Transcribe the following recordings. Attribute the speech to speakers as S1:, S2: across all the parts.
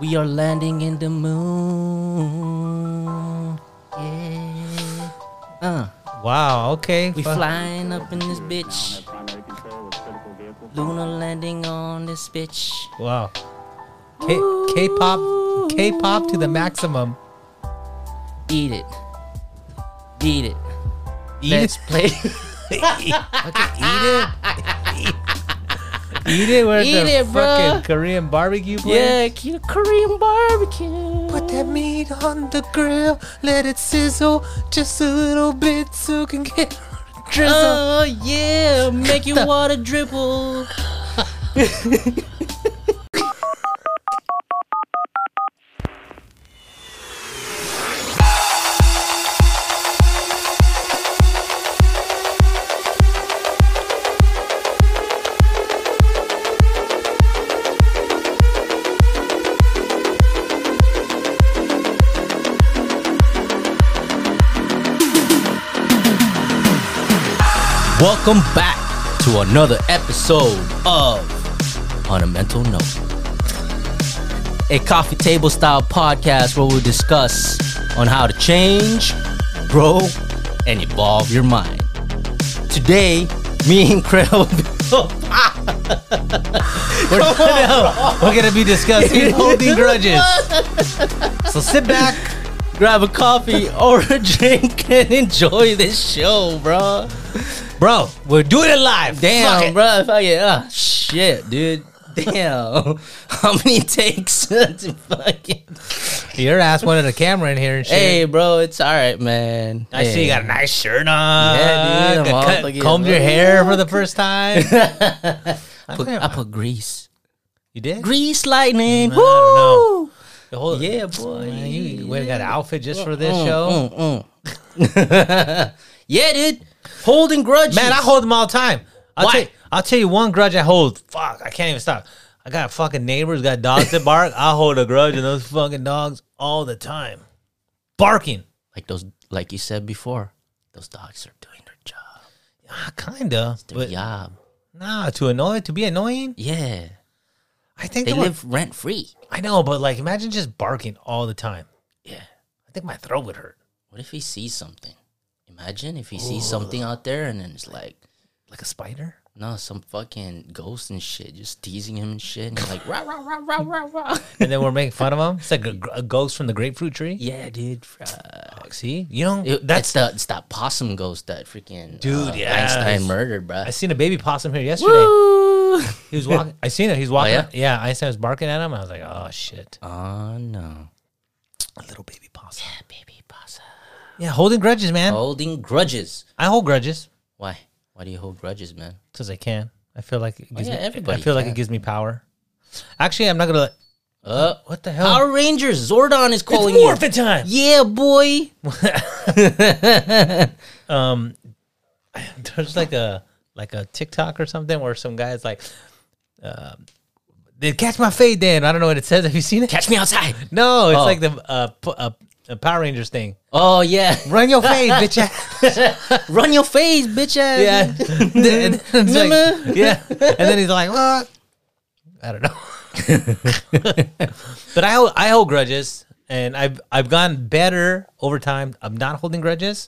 S1: We are landing in the moon. Yeah. Uh,
S2: Wow. Okay.
S1: we
S2: fuck.
S1: flying up in this bitch. Lunar landing on this bitch.
S2: Wow. K- K-pop, K-pop to the maximum.
S1: Eat it. Eat it.
S2: Eat
S1: Let's
S2: it.
S1: play.
S2: Eat it. Eat it. We're at
S1: Eat
S2: the
S1: it, bruh.
S2: fucking Korean barbecue place.
S1: yeah, keep Korean barbecue.
S2: Put that meat on the grill. Let it sizzle just a little bit so it can get drizzle.
S1: Oh yeah, make your water dribble. Welcome back to another episode of On a Mental Note, a coffee table style podcast where we discuss on how to change, grow, and evolve your mind. Today, me and Craig,
S2: We're, we're gonna be discussing holding grudges. So sit back.
S1: grab a coffee or a drink and enjoy this show, bro.
S2: Bro, we're doing it live. Fuck
S1: Damn,
S2: it.
S1: bro. Fuck it. Ah, shit, dude. Damn. How many takes to fucking.
S2: Your ass wanted a camera in here and shit.
S1: Hey, bro, it's all right, man.
S2: I see you got a nice shirt on.
S1: Yeah, dude, I'm all
S2: Cut-
S1: fucking-
S2: combed your hair for the first time. I
S1: Put,
S2: think-
S1: I put grease.
S2: you did?
S1: Grease lightning.
S2: I don't know.
S1: Woo!
S2: The whole-
S1: Yeah, boy.
S2: Man, you went and got an outfit just for this
S1: Mm,
S2: show.
S1: mm, mm. yeah, dude. Holding grudges.
S2: Man, I hold them all the time. I'll
S1: Why?
S2: Tell you, I'll tell you one grudge I hold. Fuck, I can't even stop. I got fucking neighbors, got dogs that bark. I hold a grudge on those fucking dogs all the time. Barking.
S1: Like those, like you said before, those dogs are doing their job.
S2: Ah, kinda.
S1: Their
S2: But
S1: job.
S2: nah, to annoy, to be annoying.
S1: Yeah.
S2: I think
S1: They
S2: they were-
S1: live rent free.
S2: I know, but like imagine just barking all the time.
S1: Yeah.
S2: I think my throat would hurt.
S1: What if he sees something? Imagine if he sees something out there and then it's like,
S2: Like a spider?
S1: no, some fucking ghost and shit just teasing him and shit. And he's like, rah, rah, rah, rah, rah, rah.
S2: and then we're making fun of him. It's like a, gr- a ghost from the grapefruit tree.
S1: yeah, dude. Uh,
S2: See, you know
S1: it-
S2: that's.
S1: it's, the, it's that possum ghost that freaking
S2: Dude,
S1: uh,
S2: yes.
S1: Einstein murdered, bro.
S2: I seen a baby possum here yesterday.
S1: Woo! Oh,
S2: He was walking. I seen it. He's walking.
S1: yeah?
S2: yeah, Einstein was barking at him. I was like, oh shit,
S1: oh, no.
S2: a little baby possum.
S1: Yeah, baby possum. Oh.
S2: Yeah, holding grudges, man.
S1: Holding grudges.
S2: I hold grudges
S1: Why? Why do you hold grudges, man?
S2: because I can. I feel like it gives
S1: Oh, yeah,
S2: me.
S1: everybody
S2: I feel like
S1: can.
S2: it gives me power. Actually, I'm not gonna. Let,
S1: Uh,
S2: what the hell?
S1: Power Rangers, Zordon is
S2: it's
S1: calling you.
S2: Morphin time.
S1: Yeah, boy.
S2: Um, there's like a like a TikTok or something where some guys like, um, they catch my fade. Then I don't know what it says. Have you seen it?
S1: Catch me outside.
S2: No, it's
S1: Oh.
S2: like the uh, p- uh, uh, Power Rangers thing.
S1: Oh, yeah.
S2: Run your fade, bitch.
S1: Run your face, bitch ass.
S2: yeah. And then it's like-
S1: Mama.
S2: yeah. And then he's like, "What?" I don't know. but I hold, I hold grudges, and I've I've gotten better over time. I'm not holding grudges,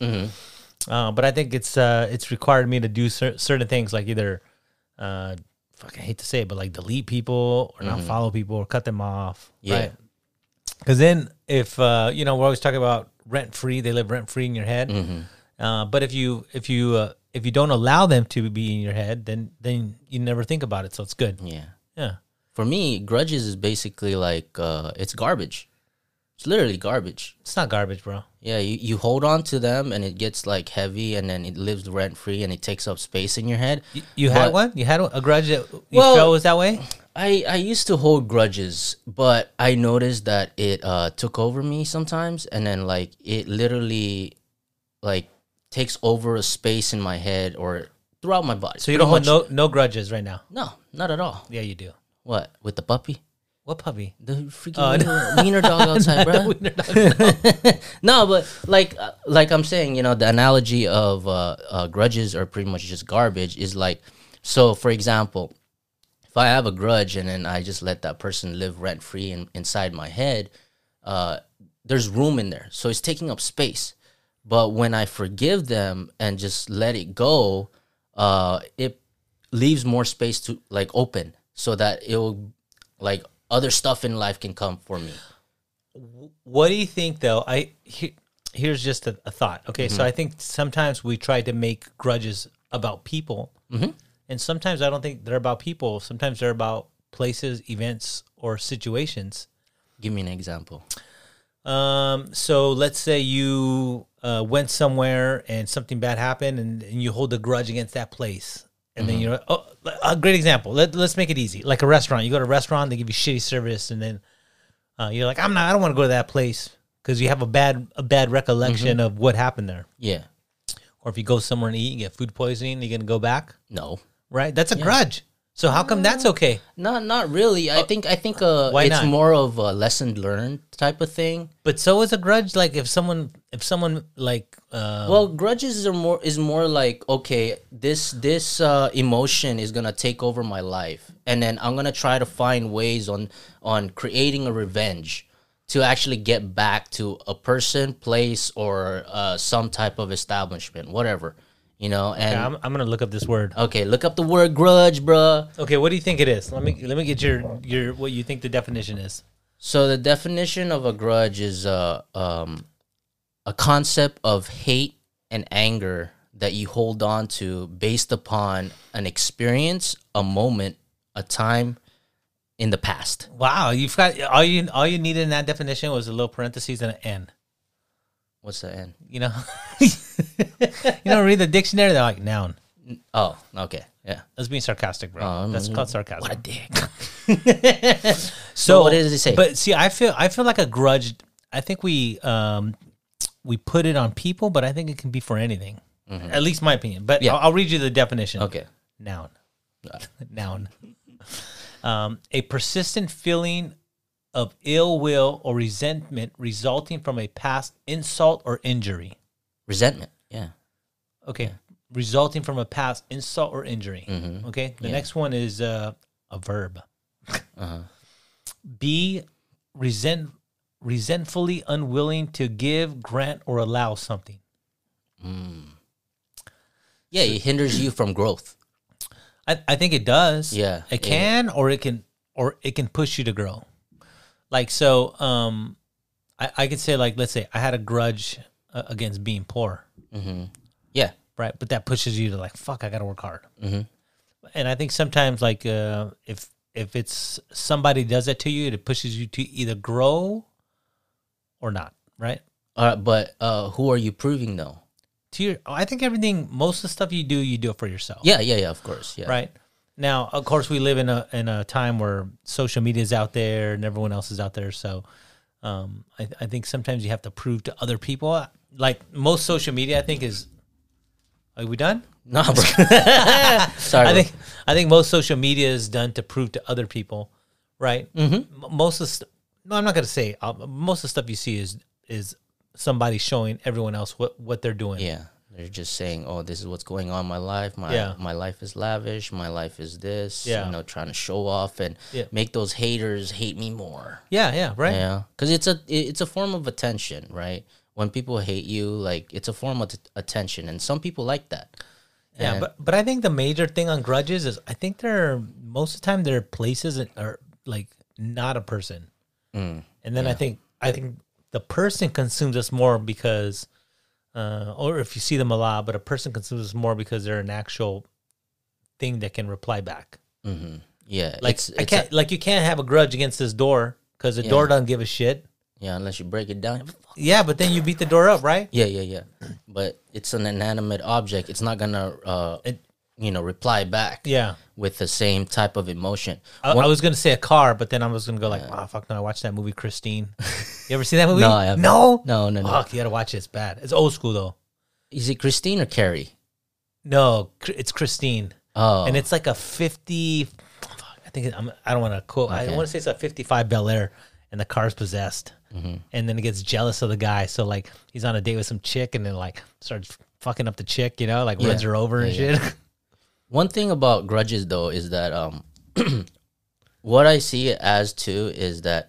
S2: uh, but I think it's uh, it's required me to do cer- certain things, like either, uh, fuck, I hate to say it, but like delete people or not follow people or cut them off.
S1: Mm-hmm. Yeah.
S2: right? Because then, if uh, you know, we're always talking about rent free. They live rent free in your head.
S1: Mm-hmm.
S2: Uh, but if you if you uh, if you don't allow them to be in your head, then then you never think about it. So it's good.
S1: Yeah.
S2: Yeah.
S1: For me, grudges is basically like uh, it's garbage. It's literally garbage.
S2: It's not garbage, bro.
S1: Yeah, you, you hold on to them and it gets like heavy and then it lives rent free and it takes up space in your head.
S2: You, you had
S1: But-
S2: one. You had a grudge that you
S1: Well-
S2: felt was that way.
S1: I, I used to hold grudges, but I noticed that it uh, took over me sometimes, and then like it literally, like takes over a space in my head or throughout my body.
S2: So you don't hold no no grudges right now.
S1: no, not at all.
S2: Yeah, you do.
S1: What with the puppy,
S2: What puppy?
S1: the freaking
S2: Oh, no.
S1: wiener, wiener dog outside, bro? no, but like uh, like I'm saying, you know, the analogy of uh, uh, grudges are pretty much just garbage. Is like, so for example, if I have a grudge and then I just let that person live rent free in, inside my head, uh, there's room in there. So it's taking up space. But when I forgive them and just let it go, uh, it leaves more space to like open so that it'll like other stuff in life can come for me.
S2: What do you think though? I he, here's just a, a thought. Okay, so I think sometimes we try to make grudges about people, and sometimes I don't think they're about people. Sometimes they're about places, events, or situations.
S1: Give me an example.
S2: Um, so let's say you uh, went somewhere and something bad happened, and, and you hold a grudge against that place. And then you're oh, a great example. Let, let's make it easy. Like a restaurant, you go to a restaurant, they give you shitty service, and then uh, you're like, I'm not, I don't want to go to that place because you have a bad, a bad recollection of what happened there.
S1: Yeah.
S2: Or if you go somewhere and eat, you get food poisoning, you're gonna go back,
S1: No.
S2: right? That's a grudge. So how come that's okay?
S1: Not not really. I think I think uh,
S2: Why
S1: it's
S2: not?
S1: more of a lesson learned type of thing.
S2: But so is a grudge. Like if someone, if someone like, uh,
S1: Well, grudges are more is more like okay, this this uh, emotion is gonna take over my life, and then I'm gonna try to find ways on on creating a revenge to actually get back to a person, place, or uh, some type of establishment, whatever, you know. And
S2: I'm, I'm gonna look up this word.
S1: okay, look up the word grudge, bruh.
S2: Okay, what do you think it is? Let me let me get your your what you think the definition is.
S1: So the definition of a grudge is a um, a concept of hate and anger that you hold on to based upon an experience, a moment, a time in the past.
S2: Wow, you've got all you all you needed in that definition was a little parentheses and an N.
S1: What's the end?
S2: You know, you don't read the dictionary. They're like noun.
S1: Oh, okay, yeah.
S2: That's being sarcastic, bro.
S1: Um,
S2: That's called sarcasm.
S1: What a dick.
S2: so
S1: what does it say?
S2: But see, I feel I feel like a grudge. I think we um we put it on people, but I think it can be for anything. At least my opinion. But
S1: Mm-hmm. Yeah.
S2: I'll, I'll read you the definition.
S1: Okay.
S2: Noun. Noun. Um, a persistent feeling of ill will or resentment resulting from a past insult or injury.
S1: Resentment. Yeah.
S2: Okay. Resulting from a past insult or injury. Okay. The next one is uh, a verb. Be resent, resentfully unwilling to give, grant, or allow something.
S1: Yeah, it hinders you from growth.
S2: I, I think it does.
S1: Yeah,
S2: It
S1: yeah.
S2: can or it can or it can push you to grow. Like so um I, I could say like let's say I had a grudge uh, against being poor,
S1: Yeah.
S2: right? But that pushes you to like fuck, I got to work hard.
S1: Mm-hmm.
S2: And I think sometimes like uh if if it's somebody does that to you, it pushes you to either grow or not, right?
S1: All right, but uh, who are you proving though?
S2: To your I think everything most of the stuff you do, you do it for yourself.
S1: Yeah, yeah, yeah. Of course. Yeah.
S2: right now of course we live in a in a time where social media is out there and everyone else is out there so um i, I think sometimes you have to prove to other people Uh, like most social media i think is are we done
S1: No, bro. Sorry.
S2: i
S1: bro.
S2: think i think most social media is done to prove to other people right mm-hmm. most of the st- no i'm not going to say uh, most of the stuff you see is is somebody showing everyone else what what they're doing
S1: Yeah. They're just saying, "Oh, this is what's going on in my life. My
S2: Yeah.
S1: my life is lavish. My life is this."
S2: Yeah.
S1: You know, trying to show off and
S2: Yeah.
S1: make those haters hate me more.
S2: yeah yeah right
S1: Yeah, because it's a it- it's a form of attention, right? When people hate you, like it's a form of t- attention, and some people like that.
S2: Yeah,
S1: And-
S2: but but I think the major thing on grudges is I think there are most of the time there are places that are like not a person,
S1: Mm.
S2: and then I think I think the person consumes us more because, uh, or if you see them a lot, but a person consumes us more because they're an actual thing that can reply back.
S1: yeah,
S2: Like
S1: it's, it's
S2: I
S1: a-
S2: can't like you can't have a grudge against this door because the door doesn't give a shit.
S1: yeah, unless you break it down.
S2: Yeah, but then you beat the door up, right?
S1: Yeah, yeah, yeah. But it's an inanimate object. It's not gonna, uh, you know, reply back.
S2: Yeah. Uh,
S1: with the same type of emotion.
S2: I, I was gonna say a car, but then I was gonna go like, "Wow, fuck no!" I watched that movie Christine. You ever seen that movie?
S1: No, I haven't.
S2: no,
S1: No, no, no.
S2: Fuck, you gotta watch it. It's bad. It's old school though.
S1: Is it Christine or Carrie?
S2: No, Cr- it's Christine,
S1: Oh,
S2: and it's like a fifty. Fuck, I think it- I'm, I don't want to quote. I
S1: Okay.
S2: want to say it's a fifty-five Bel Air, and the car's possessed,
S1: Mm-hmm.
S2: and then it gets jealous of the guy. So like, he's on a date with some chick, and then like starts fucking up the chick. You know, like runs her over and shit.
S1: One thing about grudges though is that um what I see it as too is that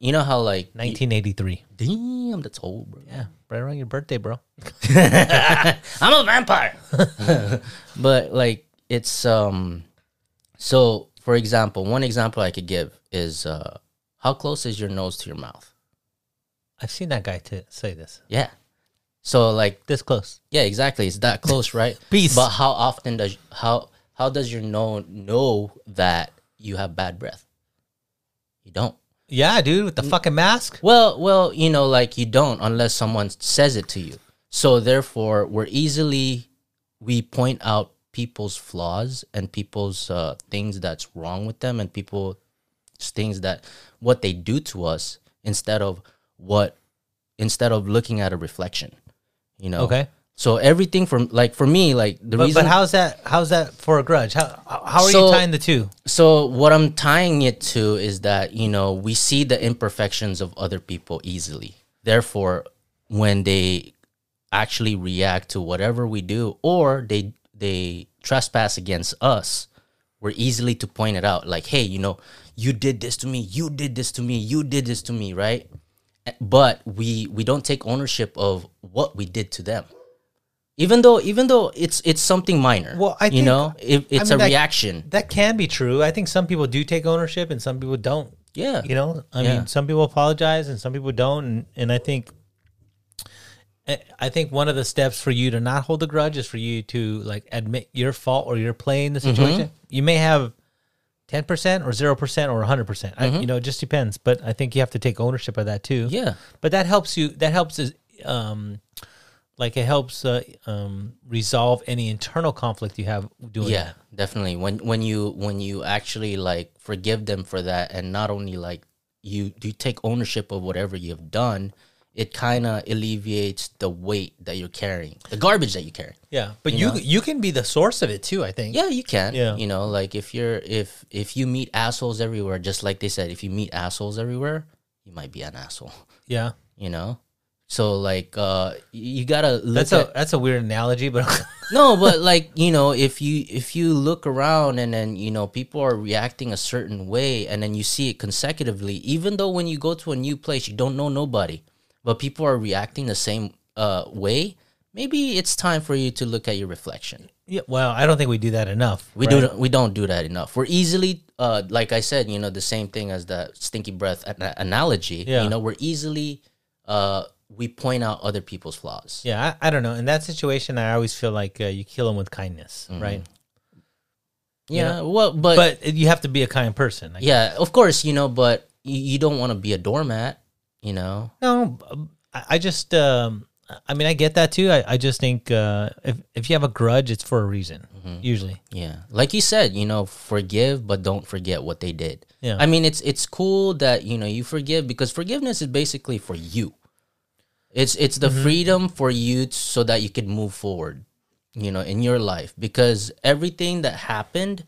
S1: you know how like
S2: 1983.
S1: damn that's old, bro.
S2: Yeah, right around your birthday, bro.
S1: I'm a vampire. but like it's um so for example, one example I could give is uh how close is your nose to your mouth?
S2: I've seen that guy to say this.
S1: Yeah. So like
S2: This close.
S1: yeah, exactly. It's that close, right?
S2: Peace.
S1: But how often does how how does your nose know that you have bad breath? You don't.
S2: Yeah, dude, with the
S1: Mm.
S2: fucking mask.
S1: Well, well, you know, like you don't unless someone says it to you. So therefore, we're easily we point out people's flaws and people's uh, things that's wrong with them and people's things that what they do to us instead of what instead of looking at a reflection. You know.
S2: Okay.
S1: So everything from like for me, like the
S2: But,
S1: reason.
S2: but how's that? How's that for a grudge? How how are
S1: So-
S2: you tying the two?
S1: so what I'm tying it to is that you know we see the imperfections of other people easily. Therefore, when they actually react to whatever we do, or they they trespass against us, we're easily to point it out. Like, hey, you know, you did this to me. You did this to me. You did this to me. Right? But we we don't take ownership of what we did to them. Even though, even though it's it's something minor,
S2: Well, I
S1: you
S2: think-
S1: know, it, it's
S2: mean,
S1: a
S2: that-
S1: reaction.
S2: That can be true. I think some people do take ownership and some people don't.
S1: Yeah.
S2: You know, I
S1: Yeah.
S2: mean, some people apologize and some people don't, and, and I think, I- I think one of the steps for you to not hold a grudge is for you to like admit your fault or your play in the
S1: Mm-hmm.
S2: situation. You may have ten percent or zero percent or hundred percent. You know, it just depends. But I think you have to take ownership of that too.
S1: Mm-hmm. Yeah.
S2: but that helps you. That helps is um, like it helps uh, um resolve any internal conflict you have doing.
S1: Yeah, definitely. When when you when you actually like forgive them for that and not only like you you take ownership of whatever you've done, it kind of alleviates the weight that you're carrying, the garbage that you carry.
S2: Yeah, but you you, can be the source of it too. I think.
S1: Yeah, you can.
S2: Yeah.
S1: You know, like if you're if if you meet assholes everywhere, just like they said, if you meet assholes everywhere, you might be an asshole,
S2: yeah.
S1: you know? So like uh you got to look
S2: That's
S1: at
S2: a that's a weird analogy, but
S1: no but like you know if you if you look around and then you know people are reacting a certain way and then you see it consecutively even though when you go to a new place you don't know nobody but people are reacting the same uh, way maybe it's time for you to look at your reflection
S2: yeah, well, I don't think we do that enough.
S1: we
S2: right?
S1: do we don't do that enough we're easily uh, like i said you know the same thing as the stinky breath an- analogy
S2: Yeah.
S1: you know we're easily uh, we point out other people's flaws
S2: Yeah, I, I don't know. In that situation, I always feel like uh, you kill them with kindness, right?
S1: yeah, well but
S2: Mm-hmm. But it- you have to be a kind person. Like,
S1: Yeah, of course, you know, but you, you don't want to be a doormat, you know.
S2: No, I, I just, um, I mean, I get that too. I, I just think uh, if if you have a grudge, it's for a reason. Usually,
S1: Yeah. Like you said, you know, forgive but don't forget what they did.
S2: Yeah.
S1: I mean, it's it's cool that, you know, you forgive because forgiveness is basically for you. It's it's
S2: Mm-hmm.
S1: the freedom for you t- so that you can move forward, you know, in your life because everything that happened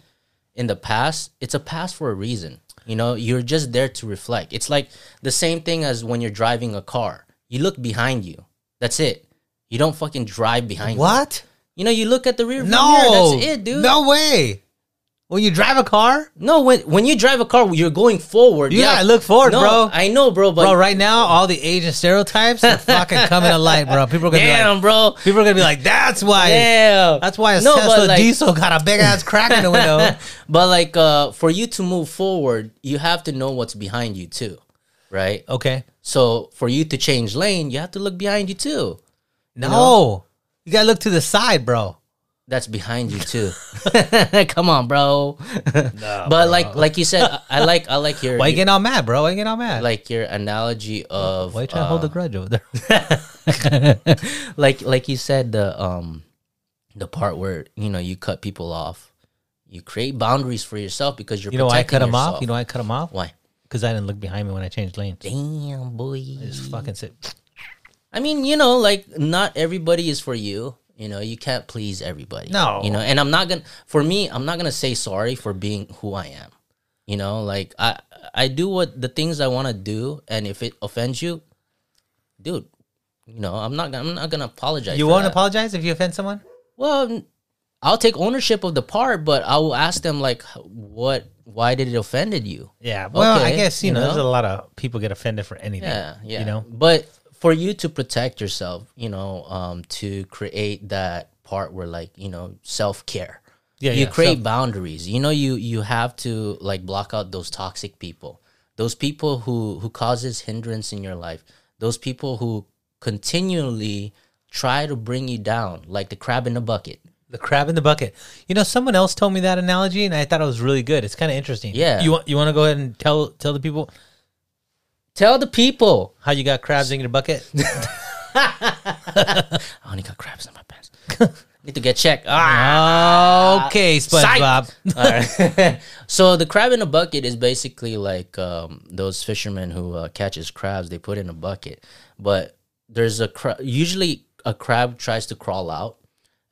S1: in the past, it's a past for a reason. You know, you're just there to reflect. It's like the same thing as when you're driving a car. You look behind you. That's it. You don't fucking drive behind you.
S2: what?
S1: You know, you look at the rear view
S2: No,
S1: mirror. That's it, dude.
S2: No way. When you drive a car,
S1: No, when when you drive a car, you're going forward.
S2: You gotta look forward,
S1: No,
S2: bro.
S1: I know, bro, but
S2: bro. Right now, all the Asian stereotypes are fucking coming to light, bro. People are gonna be like,
S1: damn, bro,
S2: people are gonna be like, that's why.
S1: damn.
S2: That's why a
S1: No, but
S2: Tesla
S1: like-
S2: diesel got a big ass crack in the window.
S1: But like, uh, for you to move forward, you have to know what's behind you too, right?
S2: Okay.
S1: So for you to change lane, you have to look behind you too.
S2: No. You gotta look to the side, bro.
S1: That's behind you too. Come on, bro. but like, like you said, I, I like, I like your,
S2: Why you getting all mad, bro? Why you getting all mad?
S1: like your analogy of uh,
S2: Why you trying to hold a grudge over there?
S1: like like you said the um the part where you know you cut people off you create boundaries for yourself because you're
S2: You know why I cut him off? You
S1: yourself.
S2: know why I cut him off?
S1: why
S2: Because I didn't look behind me when I changed lanes.
S1: damn boy
S2: Just fucking sit.
S1: i mean you know like not everybody is for you you know you can't please everybody
S2: No.
S1: you know and i'm not gonna for me i'm not gonna say sorry for being who i am you know like i i do what the things i want to do and if it offends you dude you know i'm not gonna i'm not gonna apologize
S2: You
S1: for
S2: won't
S1: that.
S2: apologize if you offend someone?
S1: Well, n- I'll take ownership of the part, but I will ask them like, what? Why did it offended you?
S2: Yeah. Well, I
S1: Okay,
S2: guess you,
S1: you
S2: know, there's a
S1: know?
S2: lot of people get offended for anything.
S1: Yeah, yeah.
S2: You know.
S1: but for you to protect yourself, you know, um, to create that part where like you know self care.
S2: Yeah,
S1: you
S2: yeah,
S1: create
S2: self-
S1: boundaries. You know, you you have to like block out those toxic people, those people who who causes hindrance in your life, those people who continually try to bring you down, like the crab in the bucket.
S2: The crab in the bucket. You know, someone else told me that analogy, and I thought it was really good. It's kind of interesting.
S1: Yeah.
S2: You want you want to go ahead and tell tell the people
S1: Tell the people
S2: how you got crabs in your bucket?
S1: I only got crabs in my pants. Need to get checked. Ah.
S2: okay, SpongeBob.
S1: Alright. so the crab in a bucket is basically like um, those fishermen who uh, catches crabs. They put in a bucket, but there's a cra- usually a crab tries to crawl out,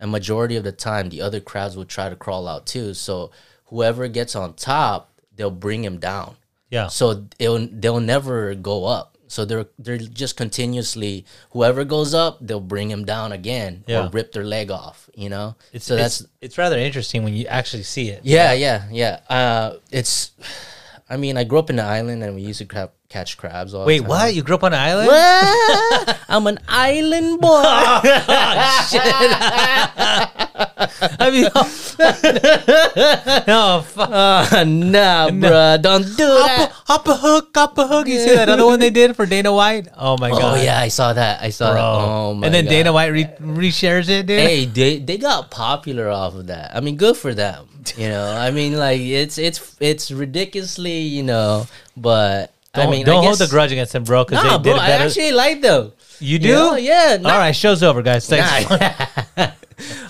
S1: and majority of the time the other crabs will try to crawl out too. So whoever gets on top, they'll bring him down.
S2: Yeah.
S1: So they'll they'll never go up. So they're they're just continuously whoever goes up, they'll bring him down again
S2: Yeah.
S1: or rip their leg off. You know.
S2: It's,
S1: so that's
S2: it's, it's rather interesting when you actually see it.
S1: yeah, yeah, yeah. Uh, it's, I mean, I grew up in the island and we used to crab, catch crabs all
S2: Wait,
S1: the time.
S2: what? You grew up on an island?
S1: What? I'm an island boy.
S2: I mean, no, fuck.
S1: Uh, nah, bruh, don't do
S2: Hop,
S1: that.
S2: a- hop a hook, hop a hook. You see that other one they did for Dana White? Oh my
S1: Oh
S2: god.
S1: yeah, I saw that. I saw that.
S2: Bro.
S1: Oh my
S2: and then
S1: God.
S2: Dana White re- reshares it, dude.
S1: Hey, they they got popular off of that. I mean, good for them. You know, I mean, like it's it's it's ridiculously, you know, but
S2: don't
S1: I mean,
S2: don't
S1: I
S2: hold
S1: guess,
S2: the grudge against them, bro, because
S1: Nah,
S2: they did
S1: bro,
S2: it
S1: I
S2: better.
S1: actually like them.
S2: you do?
S1: know? Yeah, nah,
S2: All right, show's over, guys. Thanks.
S1: Nah.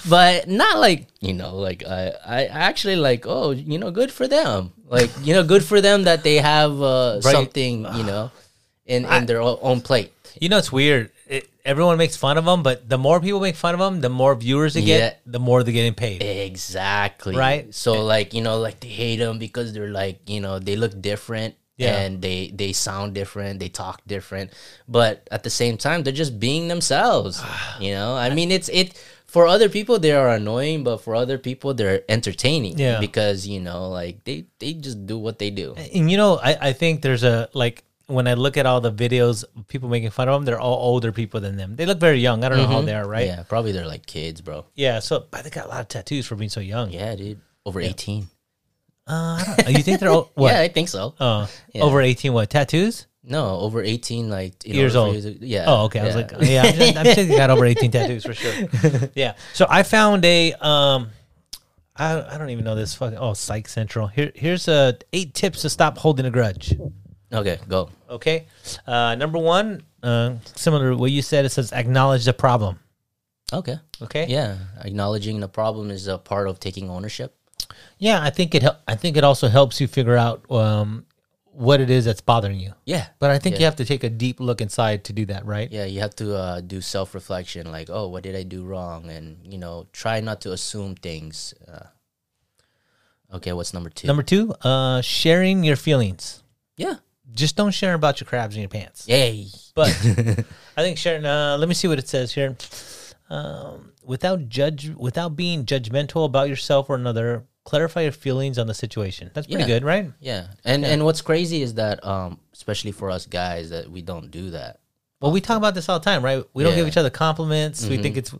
S1: but not like you know, like I, I actually like oh, you know, good for them. Like you know, good for them that they have uh,
S2: Right.
S1: something you know, in in their o- own plate.
S2: You know, it's weird. It, everyone makes fun of them, but the more people make fun of them, the more viewers they get,
S1: Yeah.
S2: the more they're getting paid.
S1: Exactly.
S2: Right.
S1: So like you know, like they hate them because they're like you know they look different.
S2: Yeah.
S1: And they they sound different, they talk different, but at the same time they're just being themselves. you know, I mean it's it for other people they are annoying, but for other people they're entertaining.
S2: Yeah.
S1: because you know like they they just do what they do.
S2: And you know, I, I think there's a like when I look at all the videos of people making fun of them, they're all older people than them. They look very young. I don't know how they are, right? Mm-hmm. Yeah.
S1: Yeah, probably they're like kids, bro.
S2: so but they got a lot of tattoos for being so young.
S1: Yeah, dude, over eighteen.
S2: Uh, I don't- you think they're all, what?
S1: Yeah, I think so.
S2: Uh,
S1: Yeah.
S2: Over 18, what? Tattoos?
S1: no, over eighteen, like in
S2: Years
S1: order for
S2: old.
S1: you to- Yeah.
S2: Oh, okay. I was
S1: yeah.
S2: like, yeah, I'm, just, I'm sure they got over 18 tattoos for sure. Yeah. So I found a, um, I, I don't even know this fucking, oh, Psych Central. Here, here's uh, eight tips to stop holding a grudge. uh,
S1: okay, go.
S2: Okay. Uh, number one, uh, similar to what you said, it says acknowledge the problem.
S1: Okay.
S2: Okay.
S1: Yeah, acknowledging the problem is a part of taking ownership.
S2: Yeah, I think it. hel- I think it also helps you figure out um, what it is that's bothering you.
S1: Yeah,
S2: But I think you
S1: Yeah.
S2: have to take a deep look inside to do that, right?
S1: yeah, you have to uh, do self reflection, like, oh, what did I do wrong, and you know, try not to assume things. Uh, okay, what's number two?
S2: Number two, uh, sharing your feelings.
S1: yeah,
S2: Just don't share about your crabs in your pants.
S1: yay,
S2: But I think sharing. Uh, let me see what it says here. Um, without judge, without being judgmental about yourself or another, clarify your feelings on the situation. That's pretty
S1: Yeah.
S2: good, right?
S1: yeah, and and what's crazy is that, um, especially for us guys, that we don't do that.
S2: Well, we talk about this all the time, right? We don't give
S1: Yeah. Mm-hmm.
S2: each other compliments. We think it's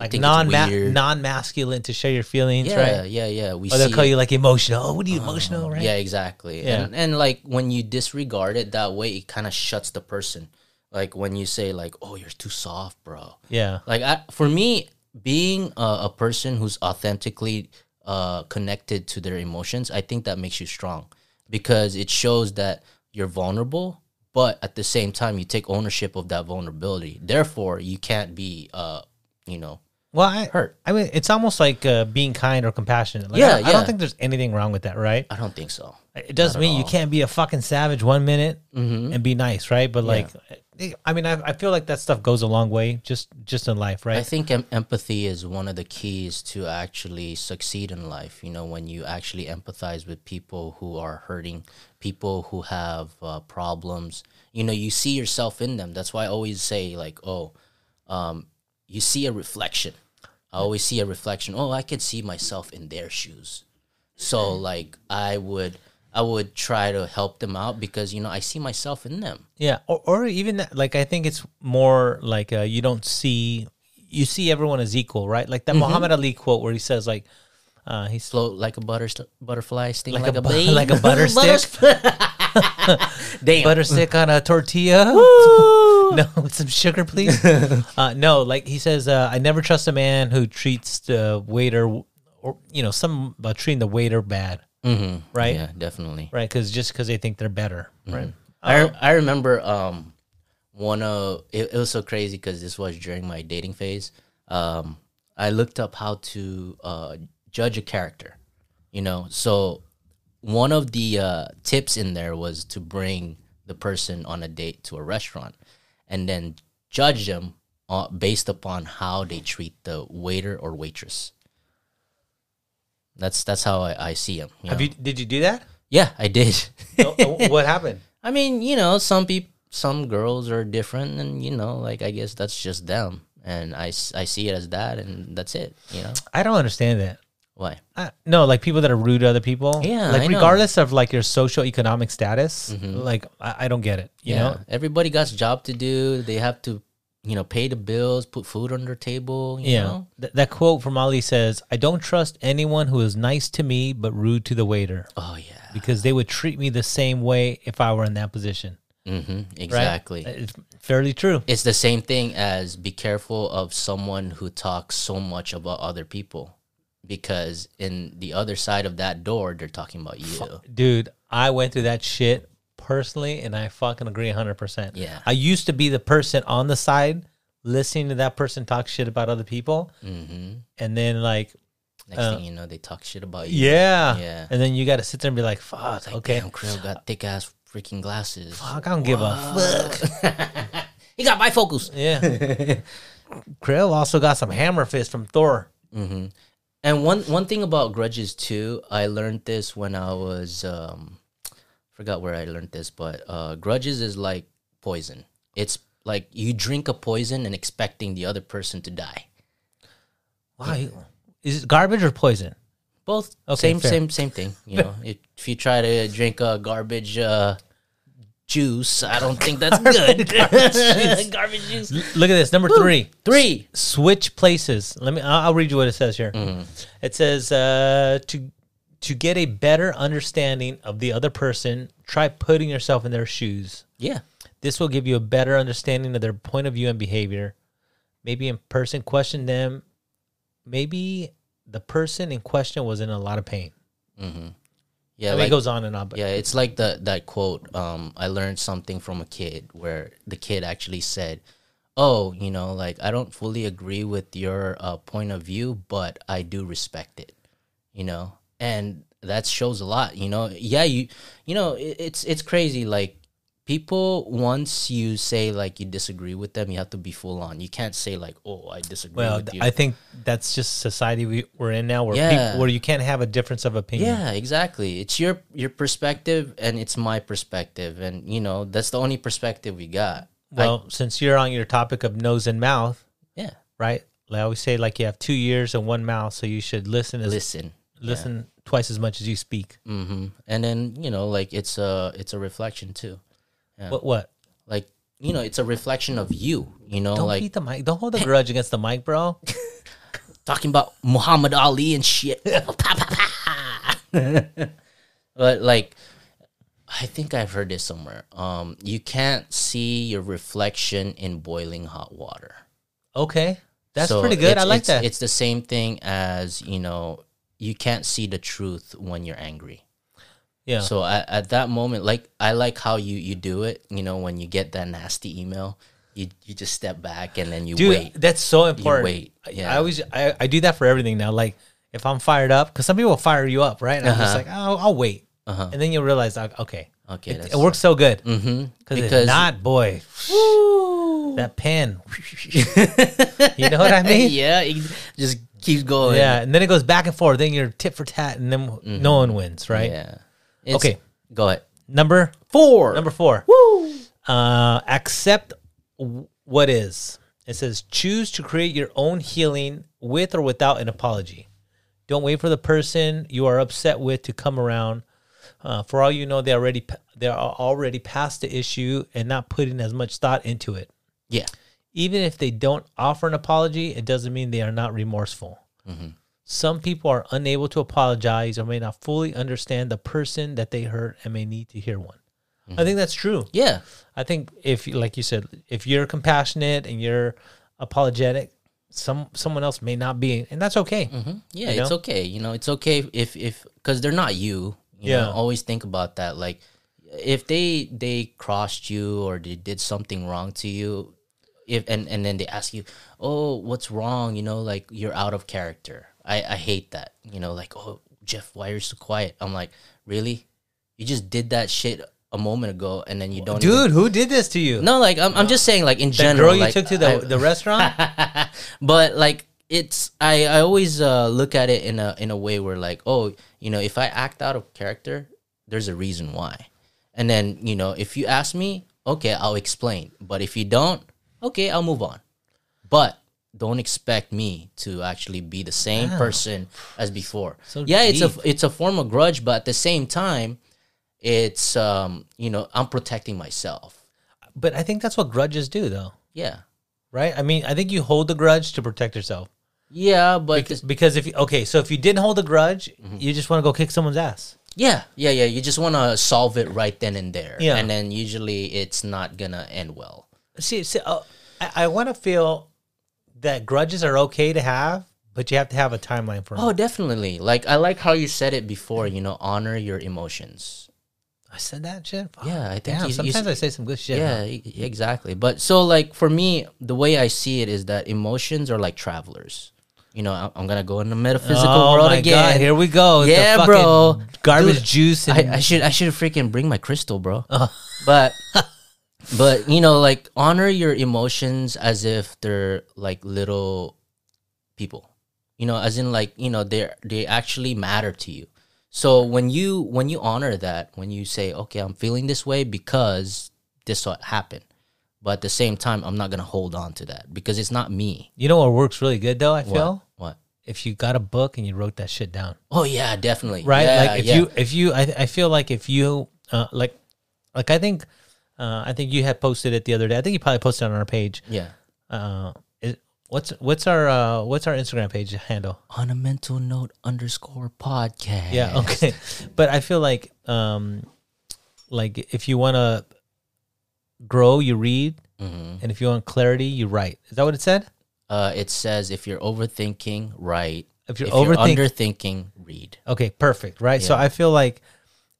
S2: like
S1: think it's
S2: non
S1: weird.
S2: non masculine to share your feelings,
S1: Yeah,
S2: right?
S1: yeah, yeah. We
S2: Or they'll
S1: see
S2: call you like emotional. Oh, what are you emotional, right?
S1: Yeah, exactly.
S2: Yeah.
S1: And, and like when you disregard it that way, it kind of shuts the person. Like when you say like, "Oh, you're too soft, bro."
S2: Yeah.
S1: Like I, for me, being a, a person who's authentically uh, connected to their emotions, I think that makes you strong because it shows that you're vulnerable, but at the same time, you take ownership of that vulnerability. Therefore, you can't be, uh, you know,
S2: Well, I,
S1: Hurt.
S2: I mean, it's almost like uh, being kind or compassionate. Like, I
S1: Yeah,
S2: don't- I, don't
S1: yeah.
S2: think there's anything wrong with that, right?
S1: I don't think so.
S2: It doesn't mean you can't be a fucking savage one minute and be nice, right? But like, eh, I mean, I, I feel like that stuff goes a long way just just in life,
S1: I
S2: right?
S1: think em- empathy is one of the keys to actually succeed in life. You know, when you actually empathize with people who are hurting, people who have uh, problems, you know, you see yourself in them. That's why I always say, like, oh, um, you see a reflection. I always see a reflection. Oh, I could see myself in their shoes. So like I would I would try to help them out because you know I see myself in them.
S2: Yeah, or, or even that, like I think it's more like uh, you don't see you see everyone as equal, right? Like that Muhammad Ali quote where he says like uh, he's
S1: Float like a butter butterfly, sting like,
S2: Like
S1: a,
S2: a bu-
S1: bee,
S2: like a butter
S1: sp- Damn.
S2: butter stick on a tortilla. no, with some sugar, please. uh, no, like he says, uh, I never trust a man who treats the waiter or you know some about treating the waiter bad, mm-hmm. right?
S1: yeah, definitely.
S2: Right, because just because they think they're better, right?
S1: I I remember um one of it, it was so crazy because this was during my dating phase. Um, I looked up how to uh, judge a character, you know. So one of the uh, tips in there was to bring the person on a date to a restaurant, and then judge them uh, based upon how they treat the waiter or waitress. That's that's how I, I see them.
S2: Have you did you do that?
S1: Yeah, I did.
S2: Oh, oh, what happened?
S1: I mean, you know, some people, some girls are different, and you know, like I guess that's just them, and I, s- I see it as that, and that's it. You know,
S2: I don't understand that.
S1: why?
S2: I, no, like people that are rude to other people.
S1: Yeah,
S2: like
S1: I know.
S2: regardless of like your social economic status, like I, I don't get it. You
S1: yeah,
S2: know,
S1: everybody got a job to do. They have to, you know, pay the bills, put food on their table. You
S2: yeah.
S1: know?
S2: Th- that quote from Ali says, "I don't trust anyone who is nice to me but rude to the waiter
S1: Oh yeah.
S2: because they would treat me the same way if I were in that position."
S1: hmm
S2: Right?
S1: Exactly.
S2: It's fairly true.
S1: It's the same thing as be careful of someone who talks so much about other people, because in the other side of that door, they're talking about you.
S2: Dude, I went through that shit personally and I fucking agree 100%.
S1: Yeah.
S2: I used to be the person on the side listening to that person talk shit about other people
S1: hmm
S2: and then like
S1: Next thing you know, they talk shit about you.
S2: Uh, yeah.
S1: Yeah.
S2: And then you got to sit there and be like, "Fuck,
S1: Like,
S2: okay.
S1: damn, Krill got thick ass freaking glasses.
S2: Fuck, I don't give a fuck."
S1: He got bifocals.
S2: Yeah. Krill also got some hammer fist from Thor.
S1: And one one thing about grudges too, I learned this when I was um forgot where I learned this, but uh grudges is like poison. It's like you drink a poison and expecting the other person to die.
S2: Wow. he- Is it garbage or poison?
S1: Both
S2: Okay,
S1: same
S2: fair.
S1: same same thing, you know. If, if you try to drink a garbage uh juice, I don't think that's good. garbage juice.
S2: L- Look at this. Number 3.
S1: Three.
S2: switch places. Let me. I'll, I'll read you what it says here.
S1: Mm-hmm.
S2: It says uh, to to get a better understanding of the other person, try putting yourself in their shoes.
S1: Yeah.
S2: This will give you a better understanding of their point of view and behavior. Maybe in person, question them. Maybe the person in question was in a lot of pain.
S1: Yeah,
S2: I mean,
S1: like
S2: it goes on and on, but
S1: Yeah, it's like the that quote. Um, I learned something from a kid where the kid actually said, "Oh, you know, like I don't fully agree with your uh, point of view, but I do respect it." You know, and that shows a lot. You know, yeah, you you know, it, it's it's crazy. Like people, once you say like you disagree with them, you have to be full on. You can't say like, "Oh, I disagree
S2: well,
S1: with you."
S2: I think that's just society we, we're in now, where
S1: Yeah.
S2: peop- where you can't have a difference of opinion.
S1: Yeah, exactly. It's your your perspective and it's my perspective and you know, that's the only perspective we got. I,
S2: Well, since you're on your topic of nose and mouth,
S1: yeah.
S2: right? Like I always say, like you have two ears and one mouth, so you should listen as, listen,
S1: Listen.
S2: twice as much as you speak.
S1: hmm And then, you know, like it's a it's a reflection too.
S2: What? What?
S1: Like, you know, it's a reflection of you, you know,
S2: Don't
S1: like
S2: beat the mic. Don't hold a grudge against the mic, bro.
S1: talking about Muhammad Ali and shit. Pa, pa, pa. but like I think I've heard this somewhere. Um you can't see your reflection in boiling hot water.
S2: Okay, that's
S1: So
S2: pretty good. I
S1: it's-
S2: like
S1: it's-
S2: that.
S1: It's the same thing as you know, you can't see the truth when you're angry.
S2: yeah.
S1: So at, at that moment, like I like how you you do it. You know, when you get that nasty email, you you just step back and then you
S2: Dude,
S1: wait.
S2: that's so important.
S1: wait,
S2: I-
S1: yeah.
S2: I always I, I do that for everything now. Like if I'm fired up, because some people fire you up, right? And I'm
S1: Uh-huh.
S2: just like, oh, I'll wait, and then you realize, like, okay,
S1: Okay,
S2: it,
S1: that's-
S2: it works so good.
S1: Mhm.
S2: Cause if
S1: Because-
S2: not, boy, that pen. you know what I mean?
S1: yeah, it just keeps going.
S2: Yeah, and then it goes back and forth. Then you're tit for tat, and then no one wins, right?
S1: Mm-hmm. yeah. It's-
S2: Okay.
S1: go ahead.
S2: Number
S1: Four.
S2: number four. Woo! Uh, accept w- what is. It says choose to create your own healing with or without an apology. Don't wait for the person you are upset with to come around. Uh, for all you know, they already they are already past the issue and not putting as much thought into it.
S1: Yeah.
S2: Even if they don't offer an apology, it doesn't mean they are not remorseful.
S1: Mm-hmm.
S2: Some people are unable to apologize or may not fully understand the person that they hurt and may need to hear one.
S1: Mm-hmm.
S2: I think that's true.
S1: Yeah.
S2: I think if you- like you said, if you're compassionate and you're apologetic, some someone else may not be, and that's okay.
S1: Yeah,
S2: You
S1: it's
S2: know?
S1: okay. You know, it's okay if if because they're not you. you
S2: Yeah.
S1: know, always think about that. Like, if they they crossed you or they did something wrong to you, if and and then they ask you, oh, what's wrong? You know, like you're out of character. I I hate that. You know, like oh Jeff, why are you so quiet? I'm like, really? You just did that shit a moment ago, and then you don't. even-
S2: Dude, who did this to you?
S1: no, like I'm, I'm just saying, like in
S2: that
S1: general,
S2: girl you
S1: like,
S2: took to the,
S1: I-
S2: the restaurant.
S1: but like it's I, I always uh, look at it in a in a way where like oh you know if I act out of character there's a reason why and then you know if you ask me okay I'll explain but if you don't okay I'll move on but don't expect me to actually be the same person as before
S2: So
S1: yeah it's a it's a form of grudge but at the same time it's um you know I'm protecting myself
S2: but I think that's what grudges do, though,
S1: yeah
S2: right? I mean, I think you hold the grudge to protect yourself
S1: yeah but
S2: because, because if you, okay, so if you didn't hold the grudge, you just want to go kick someone's ass.
S1: Yeah, yeah, yeah. You just want to solve it right then and there.
S2: Yeah.
S1: And then usually it's not going to end well.
S2: See, see uh, I, I want to feel that grudges are okay to have, but you have to have a timeline for them.
S1: Oh, definitely. Like, I like how you said it before, you know, honor your emotions.
S2: I said that shit. Fuck.
S1: Yeah, I think
S2: Damn,
S1: you- you s-
S2: sometimes I say some good shit. huh?
S1: Yeah, e- exactly. But so, like, for me, the way I see it is that emotions are like travelers. You know, I- I'm going to go in the metaphysical
S2: oh
S1: world
S2: my
S1: again.
S2: god, here we go. The
S1: Yeah,
S2: fucking
S1: bro.
S2: Garbage
S1: Dude,
S2: juice. And,
S1: I, I should I should freaking bring my crystal, bro. But but you know, like honor your emotions as if they're like little people. You know, as in like, you know, they are they actually matter to you. So when you when you honor that, when you say, "Okay, I'm feeling this way because this what happened." But at the same time, I'm not going to hold on to that because it's not me.
S2: you know what works really good though? I feel
S1: What?
S2: if you got a book and you wrote that shit down,
S1: Oh yeah, definitely.
S2: right?
S1: Yeah,
S2: like if
S1: yeah.
S2: you, if you, I, I feel like if you, uh, like, like I think, uh, I think you had posted it the other day. I think you probably posted it on our page.
S1: Yeah.
S2: Uh, is, what's what's our uh, what's our Instagram page handle?
S1: On a mental note underscore podcast.
S2: Yeah, okay. But I feel like um like if you want to grow, you read, and if you want clarity, you write. Is that what it said?
S1: uh, it says if you're overthinking, write.
S2: If you're overthink-
S1: underthinking, read.
S2: Okay, perfect. Right. So I feel like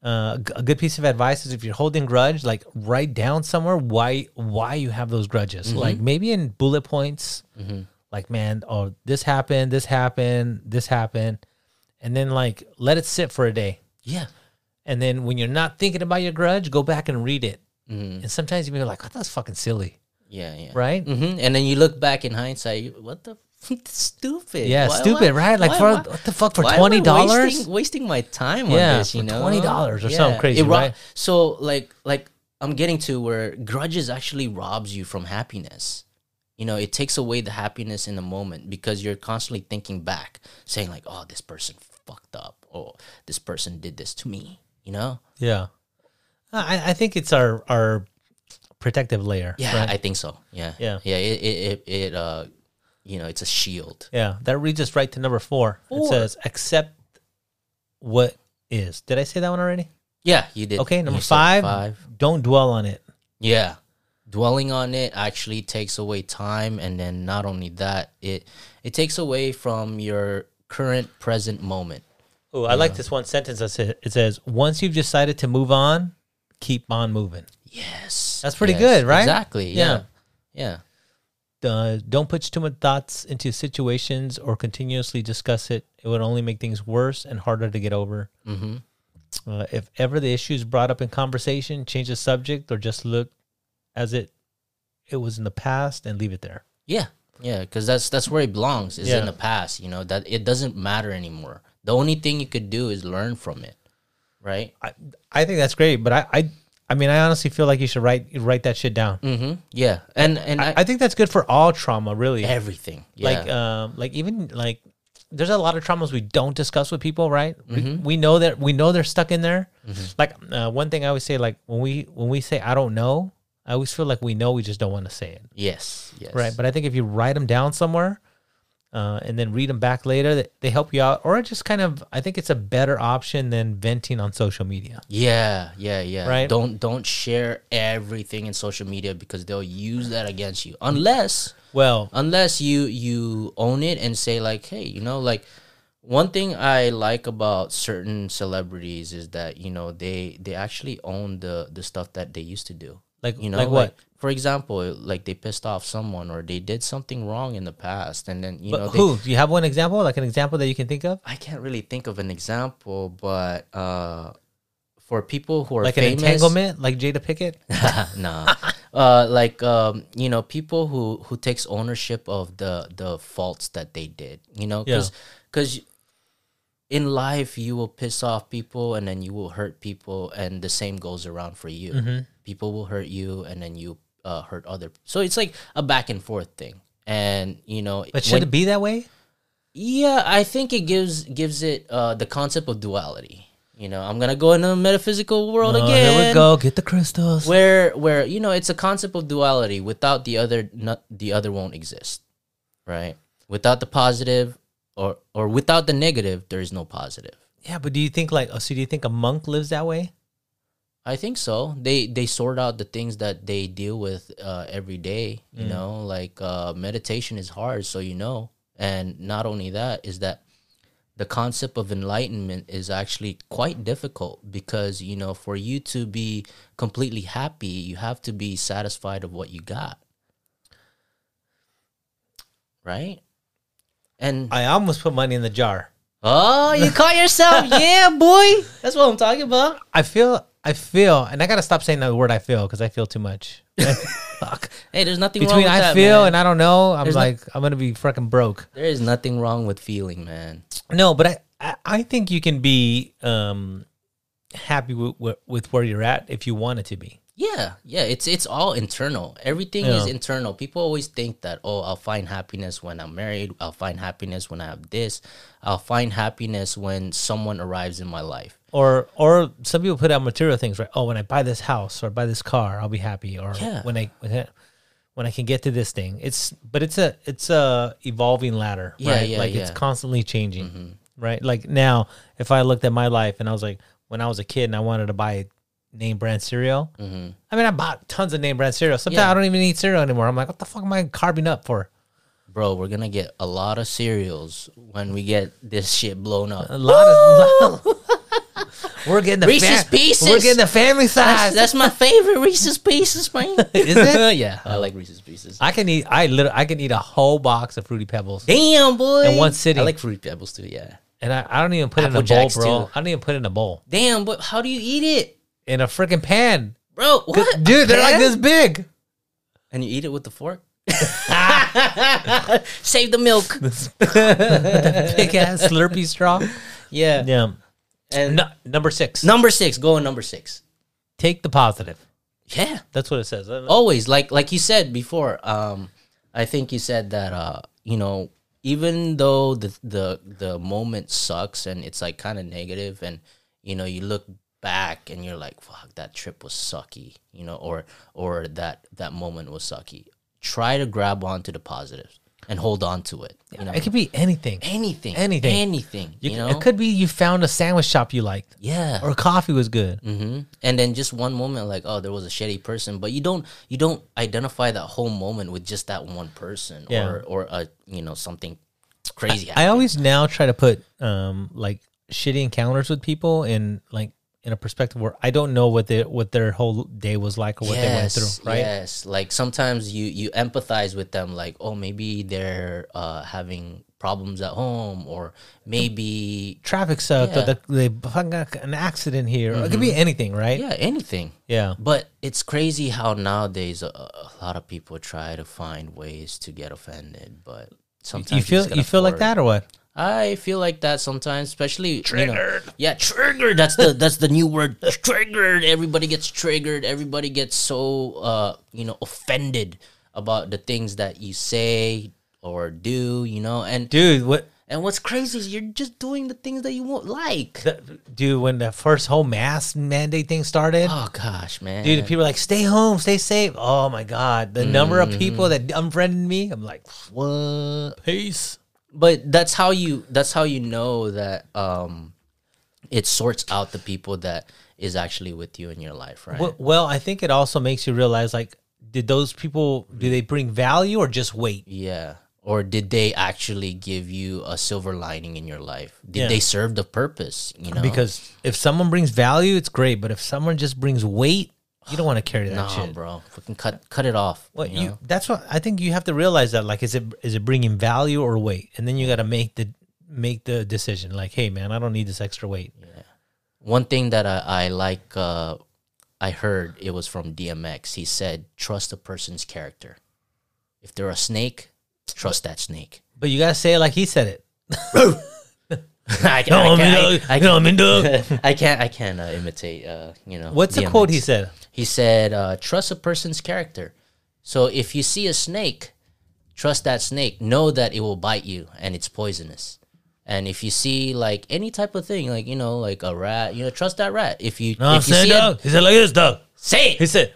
S2: uh, g- a good piece of advice is if you're holding grudge, like write down somewhere why why you have those grudges.
S1: Mm-hmm.
S2: Like maybe in bullet points, like man, oh this happened, this happened, this happened, and then like let it sit for a day.
S1: Yeah,
S2: And then when you're not thinking about your grudge, go back and read it.
S1: Mm-hmm.
S2: And sometimes you may be like, oh, that's fucking silly,
S1: yeah, yeah.
S2: right?
S1: hmm And then you look back in hindsight. you- What the f- stupid?
S2: Yeah,
S1: Why-
S2: stupid,
S1: why-
S2: right? Like
S1: why-
S2: for
S1: why-
S2: what the fuck for
S1: why am I
S2: twenty dollars?
S1: wasting, wasting my time on
S2: Yeah,
S1: this. You
S2: for
S1: know,
S2: $20 or something crazy,
S1: It ro-
S2: right?
S1: So like, like I'm getting to where grudges actually robs you from happiness. You know, it takes away the happiness in the moment because you're constantly thinking back, saying like, "Oh, this person fucked up," or "This person did this to me." You know?
S2: Yeah, I, I think it's our our protective layer.
S1: Yeah,
S2: right?
S1: I think so. Yeah,
S2: Yeah.
S1: yeah. It, it, it, it uh, you know, it's a shield.
S2: yeah. That leads us right to number four. It
S1: Four.
S2: says accept what is. Did I say that one already?
S1: Yeah, you did.
S2: Okay, number
S1: You said
S2: 5 Don't dwell on it.
S1: Yeah, dwelling on it actually takes away time, and then not only that, it it takes away from your current present moment.
S2: Oh, I like this one sentence. That says, it says, "Once you've decided to move on, keep on moving."
S1: Yes,
S2: That's pretty
S1: yes,
S2: good, right?
S1: Exactly.
S2: Yeah.
S1: Yeah, yeah,
S2: uh, don't put too much thoughts into situations or continuously discuss it. It would only make things worse and harder to get over. Mm-hmm. Uh, if ever the issue is brought up in conversation, change the subject or just look as it it was in the past and leave it there.
S1: yeah, yeah. Because that's that's where it belongs. Is
S2: Yeah.
S1: in the past. You know that it doesn't matter anymore. The only thing you could do is learn from it, right?
S2: I, I think that's great, but I, I I mean, I honestly feel like you should write write that shit down.
S1: hmm Yeah, and and I,
S2: Mm-hmm. I think that's good for all trauma, really.
S1: everything. Yeah.
S2: Like, um, like even like, there's a lot of traumas we don't discuss with people, right? We,
S1: Mm-hmm.
S2: we know that we know they're stuck in there. Like uh, one thing I always say, like when we when we say I don't know, I always feel like we know, we just don't want to say it,
S1: yes, yes,
S2: right? But I think if you write them down somewhere. Uh, and then read them back later. They, they help you out, or it just kind of. I think it's a better option than venting on social media.
S1: Yeah, yeah, yeah.
S2: Right?
S1: Don't don't share everything in social media because they'll use that against you. Unless
S2: Well,
S1: unless you you own it and say like, hey, you know, like one thing I like about certain celebrities is that you know they they actually own the the stuff that they used to do.
S2: Like-
S1: you know,
S2: like what?
S1: for example, like they pissed off someone or they did something wrong in the past, and then you know
S2: but
S1: they,
S2: who? Do you have one example? Like an example that you can think of?
S1: I can't really think of an example, but uh, for people who are
S2: like
S1: famous,
S2: an entanglement, like Jada Pickett.
S1: nah. Uh, like um, you know, people who who takes ownership of the the faults that they did. You know, because in life you will piss off people and then you will hurt people, and the same goes around for you.
S2: Mm-hmm.
S1: People will hurt you, and then you uh, hurt other. So it's like a back and forth thing. And you know,
S2: But should
S1: when-
S2: it be that way?
S1: yeah, I think it gives gives it uh, the concept of duality. You know, I'm gonna go into the metaphysical world
S2: Oh,
S1: again
S2: here we go. Get the crystals.
S1: where where you know it's a concept of duality without the other not, the other won't exist right without the positive or or without the negative there is no positive
S2: yeah, but do you think like? Oh, so do you think a monk lives that way?
S1: i think so they they sort out the things that they deal with uh, every day
S2: Mm.
S1: you know like uh, meditation is hard so you know and not only that is that the concept of enlightenment is actually quite difficult because you know for you to be completely happy you have to be satisfied of what you got right and
S2: I almost put money in the jar.
S1: oh you caught yourself yeah boy that's what i'm talking about
S2: I feel. I feel, and I gotta stop saying that word. I feel because I feel too much. Fuck.
S1: hey there's nothing wrong
S2: Between
S1: with
S2: I
S1: that,
S2: feel
S1: man.
S2: and I don't know, I'm
S1: There's no-
S2: like I'm gonna be fucking broke.
S1: there is nothing wrong with feeling man
S2: No, but I, I, I think you can be um happy with, with with where you're at if you want it to be.
S1: yeah yeah it's it's all internal everything is
S2: Yeah.
S1: internal people always think that oh i'll find happiness when i'm married i'll find happiness when i have this i'll find happiness when someone arrives in my life
S2: or or some people put out material things right oh when i buy this house or buy this car i'll be happy or
S1: Yeah.
S2: when i when I- when i can get to this thing it's but it's a it's a evolving ladder
S1: Yeah,
S2: right
S1: yeah,
S2: like it's
S1: yeah. Mm-hmm.
S2: constantly changing right like now if i looked at my life and i was like when i was a kid and i wanted to buy name brand cereal i mean i bought tons of name brand cereal sometimes
S1: Mm-hmm. Yeah.
S2: i don't even eat cereal anymore i'm like what the fuck am i carving up for
S1: bro we're gonna get a lot of cereals when we get this shit blown
S2: a
S1: up
S2: lot of we're getting the
S1: Reese's Pieces!
S2: we're getting the family
S1: that's,
S2: size
S1: that's my favorite reese's pieces man
S2: Is it?
S1: yeah i like reese's pieces
S2: I can eat. I literally, I can eat a whole box of fruity pebbles,
S1: damn boy
S2: In one sitting.
S1: i like fruit pebbles too yeah
S2: and I, I don't even put it in
S1: Apple
S2: a bowl,
S1: Jacks,
S2: bro.
S1: too.
S2: I don't even put it in a bowl
S1: damn but how do you eat it
S2: in a freaking pan,
S1: bro what
S2: dude. They're like
S1: Pan?
S2: this big.
S1: and you eat it with the fork. Save the milk.
S2: Big ass Slurpee straw.
S1: Yeah.
S2: Yeah.
S1: And
S2: No, number six.
S1: number six, go on number six.
S2: Take the positive.
S1: Yeah.
S2: That's what it says. Oh,
S1: Always like like you said before. Um, I think you said that uh, you know, even though the the the moment sucks and it's like kind of negative, and you know, you look back and you're like, fuck, that trip was sucky, you know, or or that that moment was sucky. Try to grab onto the positives and hold on to it. You know,
S2: it could be anything.
S1: anything,
S2: Anything.
S1: anything. You,
S2: You c-
S1: know,
S2: It could be you found a sandwich shop you liked,
S1: yeah.
S2: or coffee was good.
S1: hmm And then just one moment, like oh, there was a shitty person, but you don't you don't identify that whole moment with just that one person
S2: Yeah.
S1: or or a you know something crazy.
S2: I
S1: happened.
S2: always now try to put um like shitty encounters with people in like in a perspective where I don't know what their what their whole day was like or what they went through, right?
S1: Yes, like sometimes you you empathize with them, like oh maybe they're uh, having problems at home or maybe
S2: Traffic sucked
S1: Yeah. Mm-hmm.
S2: or the, they hung up an accident here. It could be anything, right?
S1: yeah anything.
S2: Yeah.
S1: But it's crazy how nowadays a, a lot of people try to find ways to get offended, but Sometimes
S2: You feel
S1: just gotta
S2: you feel like
S1: forward.
S2: that or what?
S1: I feel like that sometimes, especially triggered. yeah, triggered. That's the that's the new word. triggered. Everybody gets triggered. Everybody gets so uh you know offended about the things that you say or do. You know, and
S2: Dude, what
S1: and what's crazy is you're just doing the things that you won't like.
S2: the, dude, when the first whole mask mandate thing started,
S1: Oh gosh, man.
S2: dude, people were like, stay home, stay safe. Oh my God. The number of people
S1: Mm-hmm.
S2: that unfriended me, I'm like,
S1: what?
S2: peace.
S1: But that's how you that's how you know that um it sorts out the people that is actually with you in your life, right?
S2: Well, well, I think it also makes you realize like, did those people, do they bring value or just weight?
S1: Yeah. Or did they actually give you a silver lining in your life? Did
S2: Yeah.
S1: they serve the purpose? You know,
S2: Because if someone brings value, it's great. But if someone just brings weight, you don't want to carry that
S1: nah,
S2: shit.
S1: bro, fucking cut cut it off.
S2: What
S1: you
S2: you,
S1: know?
S2: that's what I think you have to realize that like is it is it bringing value or weight and then you got to make the make the decision like hey man I don't need this extra weight
S1: One thing that I I like, uh, I heard it was from DMX. He said, "Trust a person's character. If they're a snake, trust that snake."
S2: but you got to say it like he said it
S1: I, can't- I can't.
S2: uh,
S1: I, I, can't- I can't. I can't uh, imitate. Uh, you know.
S2: what's the quote he said
S1: He said, uh, trust a person's character. So if you see a snake, trust that snake. Know that it will bite you and it's poisonous. And if you see like any type of thing, like you know, like a rat, you know, trust that rat. If you
S2: no
S1: if you
S2: say it,
S1: see
S2: dog he said like this dog
S1: say
S2: he
S1: it.
S2: said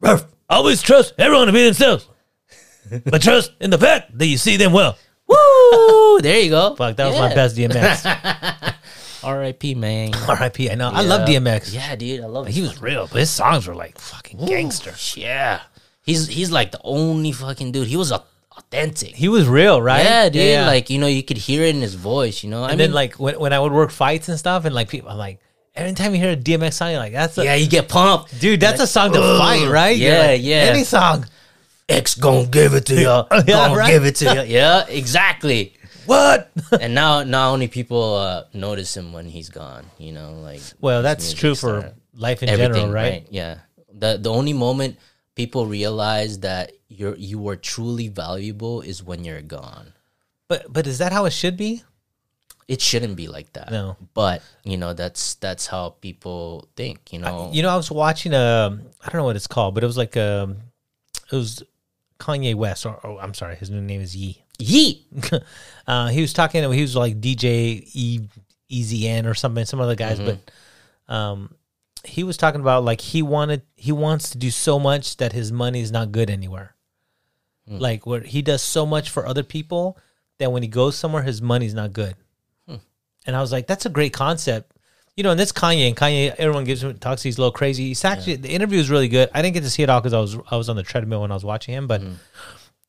S2: "Ruff, always trust everyone to be themselves but trust in the fact that you see them well
S1: Woo! There you go.
S2: fuck that was my best DMX
S1: R.I.P. Man.
S2: R.I.P. I know I love
S1: Yeah.
S2: DMX
S1: Yeah, dude, I love.
S2: he was real but his songs were like fucking gangster
S1: Yeah, he's he's like the only fucking dude. He was au- authentic.
S2: he was real right
S1: Yeah, dude.
S2: yeah.
S1: Like you know, you could hear it in his voice. You know, I
S2: And
S1: mean,
S2: then like when, when I would work fights and stuff, and like people, I'm like, every time you hear a DMX song, you're like, that's a
S1: yeah, you get pumped.
S2: dude, that's a song to
S1: "Ugh."
S2: fight, right? You're
S1: Yeah,
S2: like,
S1: yeah.
S2: Any song.
S1: X gonna give it to ya.
S2: Yeah,
S1: gonna
S2: right.
S1: give it to ya. Yeah, exactly.
S2: What?
S1: and now, not only people uh, notice him when he's gone. You know, like
S2: well,
S1: his
S2: that's
S1: music
S2: true for
S1: style.
S2: life in
S1: everything,
S2: general, right?
S1: Yeah. The the only moment people realize that you're you were truly valuable is when you're gone.
S2: But but is that how it should be?
S1: It shouldn't be like that.
S2: No.
S1: But you know, that's that's how people think. You know.
S2: You know, I was watching a I don't know what it's called, but it was like um it was Kanye West, or, or I'm sorry, his new name is Yee.
S1: Yeet.
S2: Uh, he was talking. He was like DJ E EZN or something, some other guys. But um, he was talking about like he wanted he wants to do so much that his money is not good anywhere. Like where he does so much for other people that when he goes somewhere, his money's not good. And I was like, that's a great concept. You know, and this Kanye and Kanye, everyone gives him talks. He's a little crazy. He's actually the interview is really good. I didn't get to see it all because I was I was on the treadmill when I was watching him, but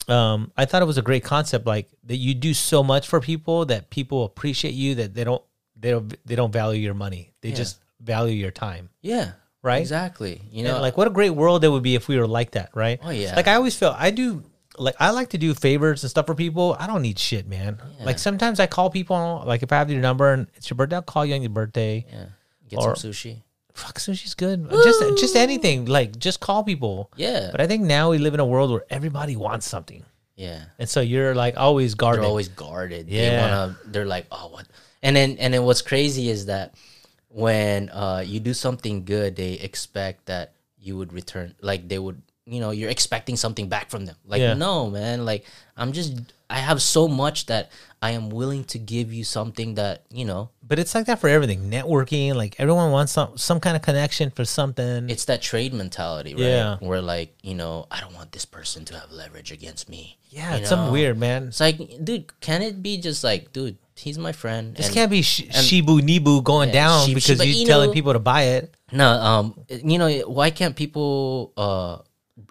S2: um, I thought it was a great concept. Like that, you do so much for people that people appreciate you that they don't they don't they don't value your money. They just value your time,
S1: Yeah.
S2: right?
S1: Exactly. You
S2: And,
S1: know.
S2: like what a great world it would be if we were like that, right?
S1: Oh, yeah.
S2: Like I always feel I do. Like I like to do favors and stuff for people. I don't need shit, man. Like sometimes I call people. Like if I have your number and it's your birthday, I'll call you on your birthday.
S1: yeah. Get
S2: or-
S1: some sushi.
S2: Fuck, sushi's good. Just just anything. Like just call people.
S1: Yeah.
S2: But I think now we live in a world where everybody wants something,
S1: yeah.
S2: and so you're like always guarded.
S1: they're always guarded. They
S2: Yeah.
S1: wanna they're like, oh what and then and then what's crazy is that when uh you do something good, they expect that you would return like they would you know, you're expecting something back from them. Like,
S2: Yeah.
S1: no, man. Like I'm just I have so much that I am willing to give you something that, you know,
S2: but it's like that for everything networking like everyone wants some some kind of connection for something
S1: it's that trade mentality, right?
S2: Yeah.
S1: Where like, you know, I don't want this person to have leverage against me.
S2: yeah
S1: you
S2: it's some
S1: know?
S2: weird man
S1: It's like, dude, can it be just like, dude, he's my friend.
S2: this
S1: and-
S2: can't be sh- shibu nibu going down
S1: Shib-
S2: because
S1: Shiba
S2: you're
S1: Inu.
S2: telling people to buy it
S1: No, um, you know, why can't people uh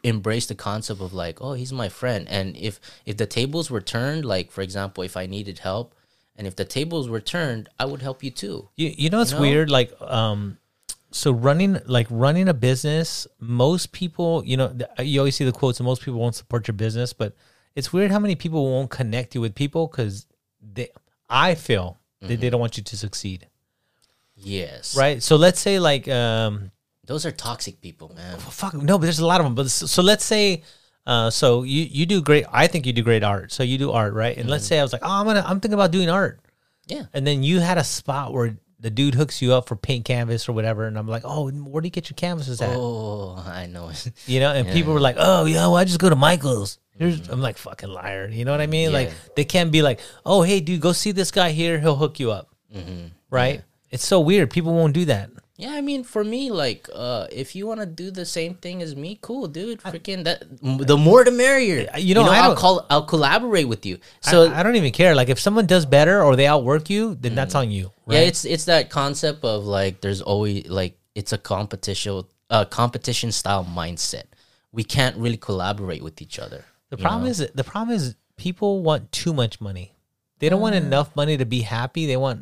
S1: embrace the concept of like, oh, he's my friend, and if if the tables were turned, like for example, if I needed help, and if the tables were turned, I would help you too.
S2: you, you know it's
S1: No.
S2: weird like um so running like running a business most people you know th- you always see the quotes and most people won't support your business but it's weird how many people won't connect you with people because they i feel that they don't want you to succeed
S1: Yes,
S2: right so let's say like um
S1: Those are toxic people, man.
S2: fuck no but there's a lot of them but s- so let's say Uh, so you you do great. I think you do great art. So you do art, right? And let's say I was like, oh, I'm gonna I'm thinking about doing art,
S1: Yeah.
S2: and then you had a spot where the dude hooks you up for paint canvas or whatever, and I'm like, oh, where do you get your canvases at?
S1: Oh, I know it.
S2: You know, and people were like, oh, yeah, well, I just go to Michael's. Here's, I'm like, fucking liar. You know what I mean? Like,
S1: Yeah.
S2: they can't be like, oh, hey, dude, go see this guy here. He'll hook you up. Right? It's so weird. People won't do that.
S1: Yeah, I mean, for me, like, uh, if you want to do the same thing as me, cool, dude. Freaking that, m- the more the merrier.
S2: you know, I
S1: I'll
S2: don't-
S1: call, I'll collaborate with you. So
S2: So I, I don't even care. Like, if someone does better or they outwork you, then that's on you. Right?
S1: yeah, it's it's that concept of like, there's always like, it's a competition, uh, competition style mindset. We can't really collaborate with each other.
S2: the problem is, the problem is people want too much money. They don't want enough money to be happy. They want,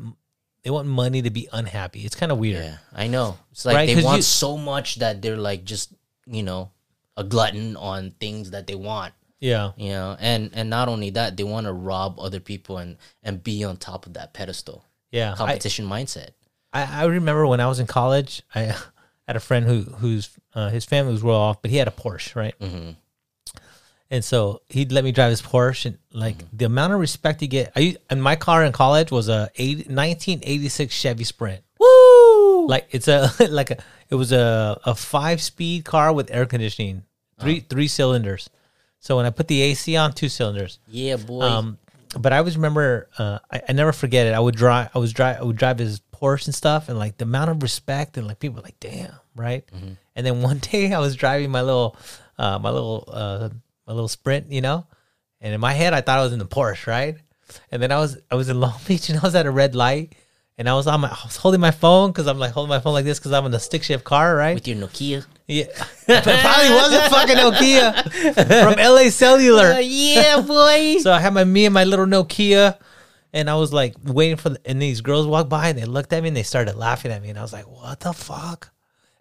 S2: they want money to be unhappy. It's kind of weird.
S1: Yeah, I know. It's like
S2: Right,
S1: they
S2: 'cause
S1: want
S2: you-
S1: so much that they're like just you know a glutton on things that they want.
S2: yeah.
S1: You know, and and not only that, they want to rob other people and and be on top of that pedestal.
S2: Yeah. I-
S1: Competition mindset.
S2: I, I remember when I was in college, I had a friend who whose uh, his family was well off, but he had a Porsche, right? Mm-hmm. And so he'd let me drive his Porsche, and like the amount of respect you get. I and my car in college was a eight, 1986 Chevy Sprint. Woo! Like it's a like a it was a a five speed car with air conditioning, three three cylinders. So when I put the AC on, two cylinders.
S1: Yeah, boy.
S2: Um, but I always remember. Uh, I, I never forget it. I would drive. I was drive. I would drive his Porsche and stuff, and like the amount of respect and like people were like, damn, right. And then one day I was driving my little, uh, my little, uh, my little Sprint, you know, and in my head I thought I was in the Porsche, right. And then I was I was in Long Beach and I was at a red light. And I was on my, I was holding my phone because I'm like holding my phone like this because I'm in a stick shift car, right?
S1: with your Nokia.
S2: yeah, but it probably was a fucking Nokia from LA Cellular.
S1: yeah, boy.
S2: So I had my me and my little Nokia, and I was like waiting for. The, and these girls walked by and they looked at me and they started laughing at me, and I was like, "What the fuck?"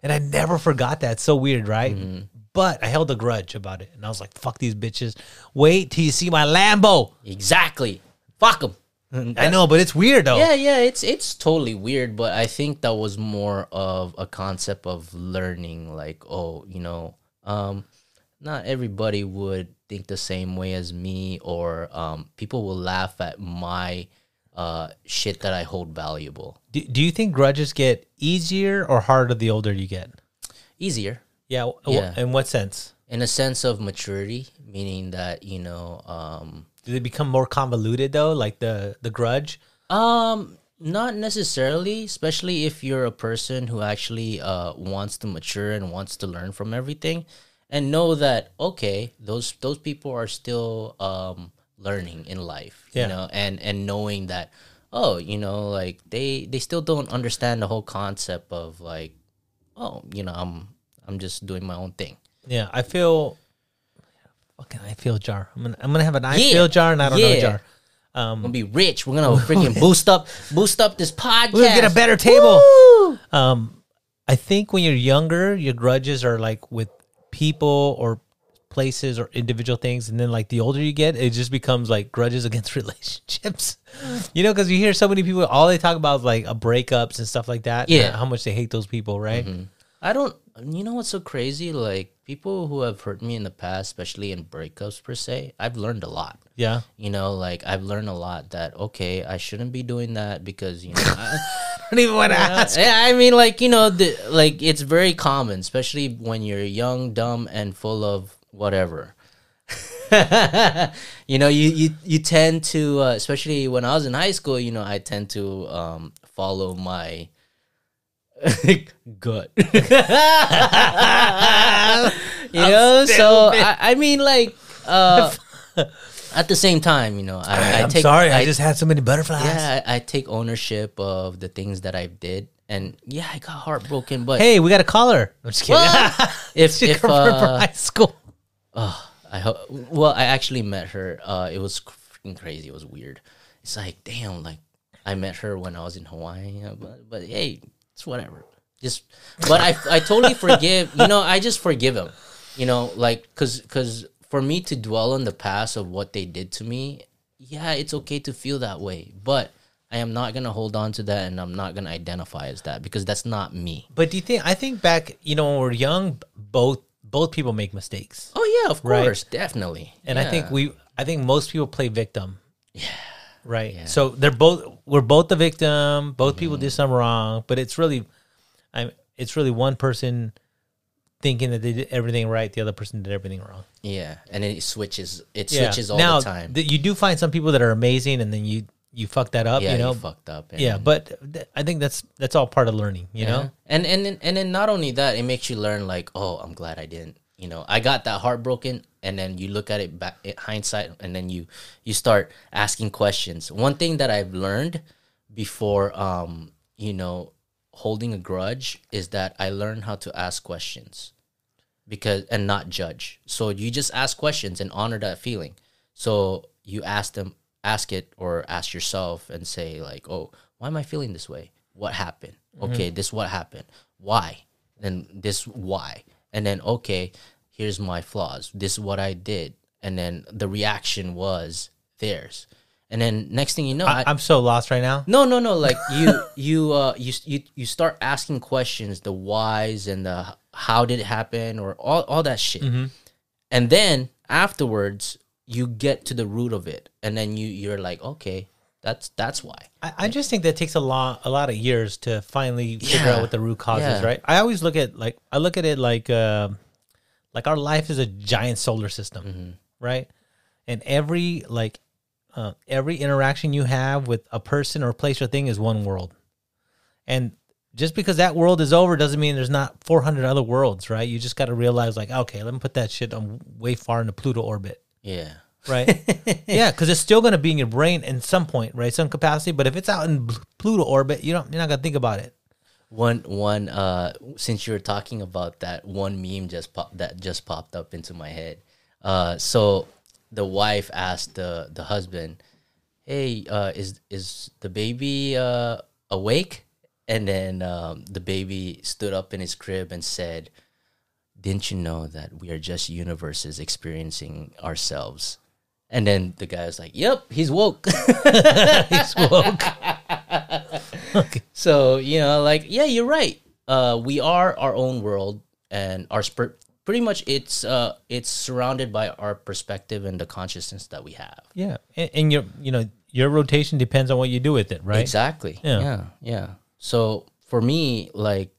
S2: And I never forgot that. It's so weird, right? But I held a grudge about it, and I was like, "Fuck these bitches! Wait till you see my Lambo."
S1: exactly. Fuck them.
S2: I know, but it's weird though.
S1: Yeah, yeah, it's it's totally weird, but I think that was more of a concept of learning like, oh, you know, um not everybody would think the same way as me or um people will laugh at my uh shit that I hold valuable.
S2: Do, do you think grudges get easier or harder the older you get?
S1: Easier.
S2: Yeah. w-
S1: Yeah.
S2: In what sense?
S1: In a sense of maturity, meaning that, you know, um
S2: Do they become more convoluted though, like the the grudge?
S1: Um, not necessarily, especially if you're a person who actually uh wants to mature and wants to learn from everything, and know that okay, those those people are still um learning in life,
S2: Yeah.
S1: you know, and and knowing that oh, you know, like they they still don't understand the whole concept of like oh, you know, I'm I'm just doing my own thing.
S2: Yeah, I feel fucking I feel jar. I'm gonna I'm gonna have an I
S1: Yeah.
S2: feel jar and I don't know
S1: Yeah.
S2: jar. Um,
S1: I'm gonna be rich. We're gonna freaking boost up boost up this podcast.
S2: We're gonna get a better table. Um, I think when you're younger, your grudges are like with people or places or individual things, and then like the older you get, it just becomes like grudges against relationships. you know, because you hear so many people, all they talk about is like uh, breakups and stuff like that.
S1: Yeah. Mm-hmm.
S2: how much they hate those people, right?
S1: I don't. You know what's so crazy? Like people who have hurt me in the past, especially in breakups per se, I've learned a lot.
S2: Yeah,
S1: You know, like I've learned a lot that okay, I shouldn't be doing that because you know. I,
S2: I don't even want to ask.
S1: yeah, I mean, like you know, the, like it's very common, especially when you're young, dumb, and full of whatever. you know, you you you tend to, uh, especially when I was in high school. You know, I tend to um, follow my gut. you know, so I, I mean, like. Uh, At the same time, you know, I, I
S2: I'm
S1: take
S2: sorry, I, just had so many butterflies.
S1: yeah, I, I take ownership of the things that I did, and yeah, I got heartbroken. But
S2: Hey, we got a caller. I'm just kidding.
S1: if
S2: Chick
S1: if
S2: from
S1: uh,
S2: high school.
S1: I ho- well, I actually met her. Uh, it was freaking crazy. It was weird. It's like damn, like I met her when I was in Hawaii, uh, but, but hey, it's whatever. Just, but I I totally forgive. You know, I just forgive him. You know, like cause cause for me to dwell on the past of what they did to me, yeah, it's okay to feel that way, but. I am not gonna hold on to that, and I'm not gonna identify as that because that's not me.
S2: But do you think? I think back, you know, when we are young, both both people make mistakes,
S1: Oh yeah, of
S2: Right.
S1: course, definitely.
S2: and I think
S1: Yeah.
S2: we, I think most people play victim. Yeah. Right. So they're both. We're both the victim.
S1: Mm-hmm.
S2: Both people did something wrong, but it's really, I'm. It's really one person thinking that they did everything right. The other person did everything wrong.
S1: yeah, and it switches. It
S2: Yeah.
S1: switches all
S2: now,
S1: the time.
S2: th- you do find some people that are amazing, and then you you fuck that up.
S1: yeah,
S2: you know.
S1: fucked up. and-
S2: yeah, but th- I think that's that's all part of learning. You
S1: Yeah.
S2: know.
S1: and and then- and then not only that, it makes you learn like, oh, I'm glad I didn't. You know, I got that heartbroken, and then you look at it back at hindsight, and then you you start asking questions. One thing that I've learned before, um, you know, holding a grudge is that I learned how to ask questions because and not judge. So you just ask questions and honor that feeling. So you ask them, ask it, or ask yourself and say like, "Oh, why am I feeling this way? What happened? Okay, this what happened? Why? Then this why? And then okay, here's my flaws. This is what I did, and then the reaction was theirs. And then next thing you know, I-
S2: I, I'm so lost right now.
S1: no, no, no. Like you, you, uh, you, you, you start asking questions, the whys and the h- how did it happen, or all, all that shit. And then afterwards, you get to the root of it, and then you, you're like, okay, that's that's why.
S2: I, I just think that takes a lot a lot of years to finally figure
S1: Yeah.
S2: out what the root cause is,
S1: Yeah.
S2: right? I always look at like I look at it like uh, like our life is a giant solar system,
S1: Mm-hmm.
S2: right? And every like uh, every interaction you have with a person or place or thing is one world, and just because that world is over doesn't mean there's not 400 other worlds, right? You just got to realize like, okay, let me put that shit on way far into Pluto orbit
S1: Yeah,
S2: right? yeah, because it's still going to be in your brain in some point, right? Some capacity. But if it's out in Pl- Pluto orbit, you don't you're not going to think about it.
S1: one one. Uh, since you were talking about that, one meme just pop that just popped up into my head. Uh, so the wife asked the the husband, hey uh is is the baby uh awake and then um the baby stood up in his crib and said didn't you know that we are just universes experiencing ourselves and then the guy was like yep he's woke he's woke so you know like yeah you're right uh we are our own world and our sp- pretty much it's uh it's surrounded by our perspective and the consciousness that we have
S2: Yeah, and, and your you know your rotation depends on what you do with it, right?
S1: Exactly.
S2: Yeah.
S1: Yeah. yeah. So for me, like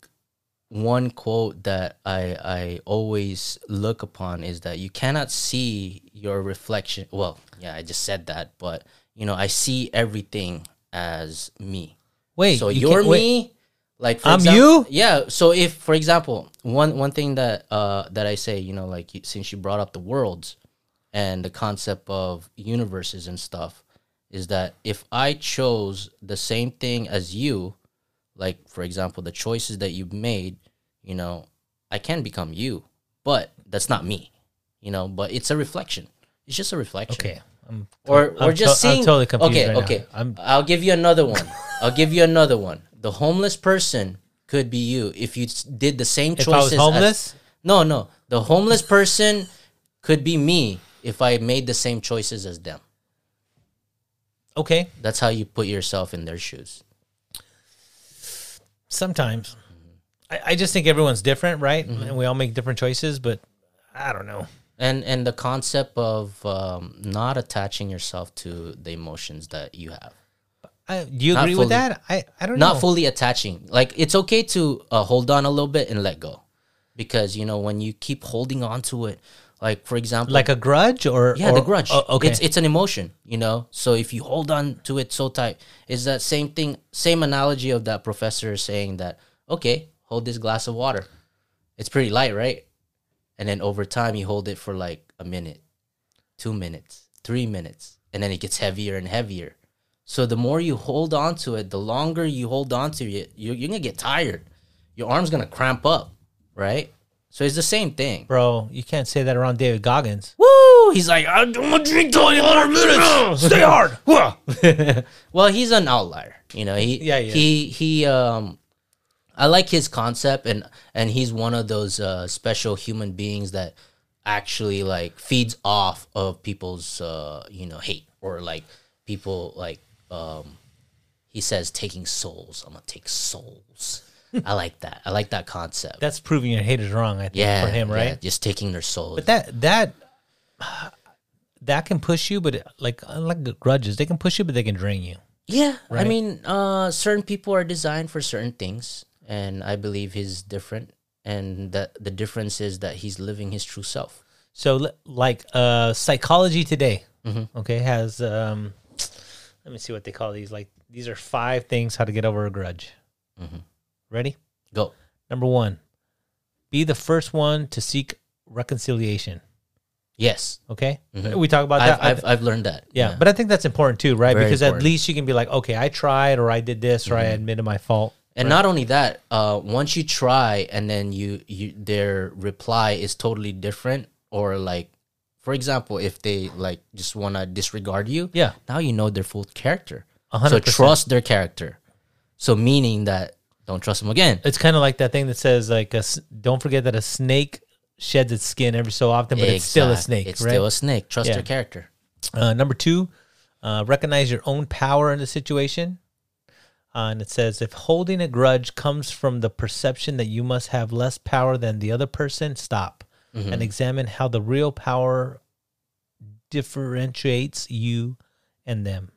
S1: one quote that I I always look upon is that you cannot see your reflection. Well, yeah, I just said that, but you know, I see everything as me.
S2: Wait,
S1: so
S2: you
S1: you're
S2: can't- wait.
S1: me. Like for
S2: I'm
S1: exam-
S2: you?
S1: Yeah. So if, for example, one one thing that uh that I say, you know, like you- since you brought up the worlds and the concept of universes and stuff, is that if I chose the same thing as you, like for example, the choices that you've made, you know, I can become you, but that's not me, you know. But it's a reflection. It's just a reflection
S2: Okay, um, I'm
S1: or
S2: I'm
S1: or just
S2: to- I'm
S1: seeing.
S2: totally confused
S1: okay,
S2: right now.
S1: okay.
S2: I'm-
S1: I'll give you another one. I'll give you another one. The homeless person could be you if you s- did the same
S2: If I
S1: choices.
S2: was
S1: as-
S2: homeless?
S1: no, no. The homeless person could be me if I made the same choices as them.
S2: okay.
S1: That's how you put yourself in their shoes.
S2: Sometimes
S1: Mm-hmm.
S2: I, I just think everyone's different, right? And we all make different choices, but I don't know.
S1: And and the concept of um, not attaching yourself to the emotions that you have.
S2: I, do you
S1: Not
S2: agree with
S1: fully.
S2: that? I I don't know.
S1: not fully attaching. Like it's okay to uh, hold on a little bit and let go, because you know when you keep holding on to it, like for example,
S2: like a grudge or
S1: yeah,
S2: or-
S1: the grudge.
S2: oh, okay,
S1: it's it's an emotion, you know. So if you hold on to it so tight, it's that same thing, same analogy of that professor saying that okay, hold this glass of water, it's pretty light, right? And then over time, you hold it for like a minute, two minutes, three minutes, and then it gets heavier and heavier. So the more you hold on to it, the longer you hold on to it, you're, you're gonna get tired. Your arm's gonna cramp up, right? So it's the same thing.
S2: bro, you can't say that around David Goggins.
S1: Woo! He's like, I'm gonna drink 20 more minutes. Stay hard. Wah. well, he's an outlier. You know, he
S2: Yeah, yeah.
S1: he he um I like his concept and and he's one of those uh special human beings that actually like feeds off of people's uh you know hate or like people like um he says taking souls. I'm gonna take souls. I like that. I like that concept.
S2: That's proving your haters wrong. I think
S1: yeah,
S2: for him,
S1: yeah,
S2: right?
S1: just taking their soul.
S2: But that that that can push you, but like like grudges, they can push you, but they can drain you.
S1: yeah, I
S2: Right.
S1: mean, uh, certain people are designed for certain things, and I believe he's different. And that the difference is that he's living his true self.
S2: So li- like uh, psychology today,
S1: Mm-hmm.
S2: okay, has um, let me see what they call these. Like these are five things how to get over a grudge.
S1: Mm-hmm.
S2: Ready?
S1: Go.
S2: Number one, be the first one to seek reconciliation.
S1: Yes,
S2: Okay, we talk about that.
S1: Mm-hmm. I've, I've I've learned that.
S2: yeah, but I think that's important too, right?
S1: Very
S2: because
S1: important. Mm-hmm.
S2: at least you can be like, okay, I tried, or I did this, or I admitted my fault.
S1: And not only that, uh, once you try and then you, you their reply is totally different, or like, for example, if they like just want to disregard you,
S2: Yeah.
S1: now you know their full character. So
S2: 100%.
S1: trust their character. So meaning that don't trust them again.
S2: It's kind of like that thing that says like, a, s- don't forget that a snake sheds its skin every so often, but it's still a
S1: Exact-
S2: snake,
S1: It's
S2: right?
S1: still a snake. Trust
S2: Yeah.
S1: their character.
S2: Uh, number two, uh, recognize your own power in the situation. Uh, and it says if holding a grudge comes from the perception that you must have less power than the other person, stop and examine how the real power differentiates you and them.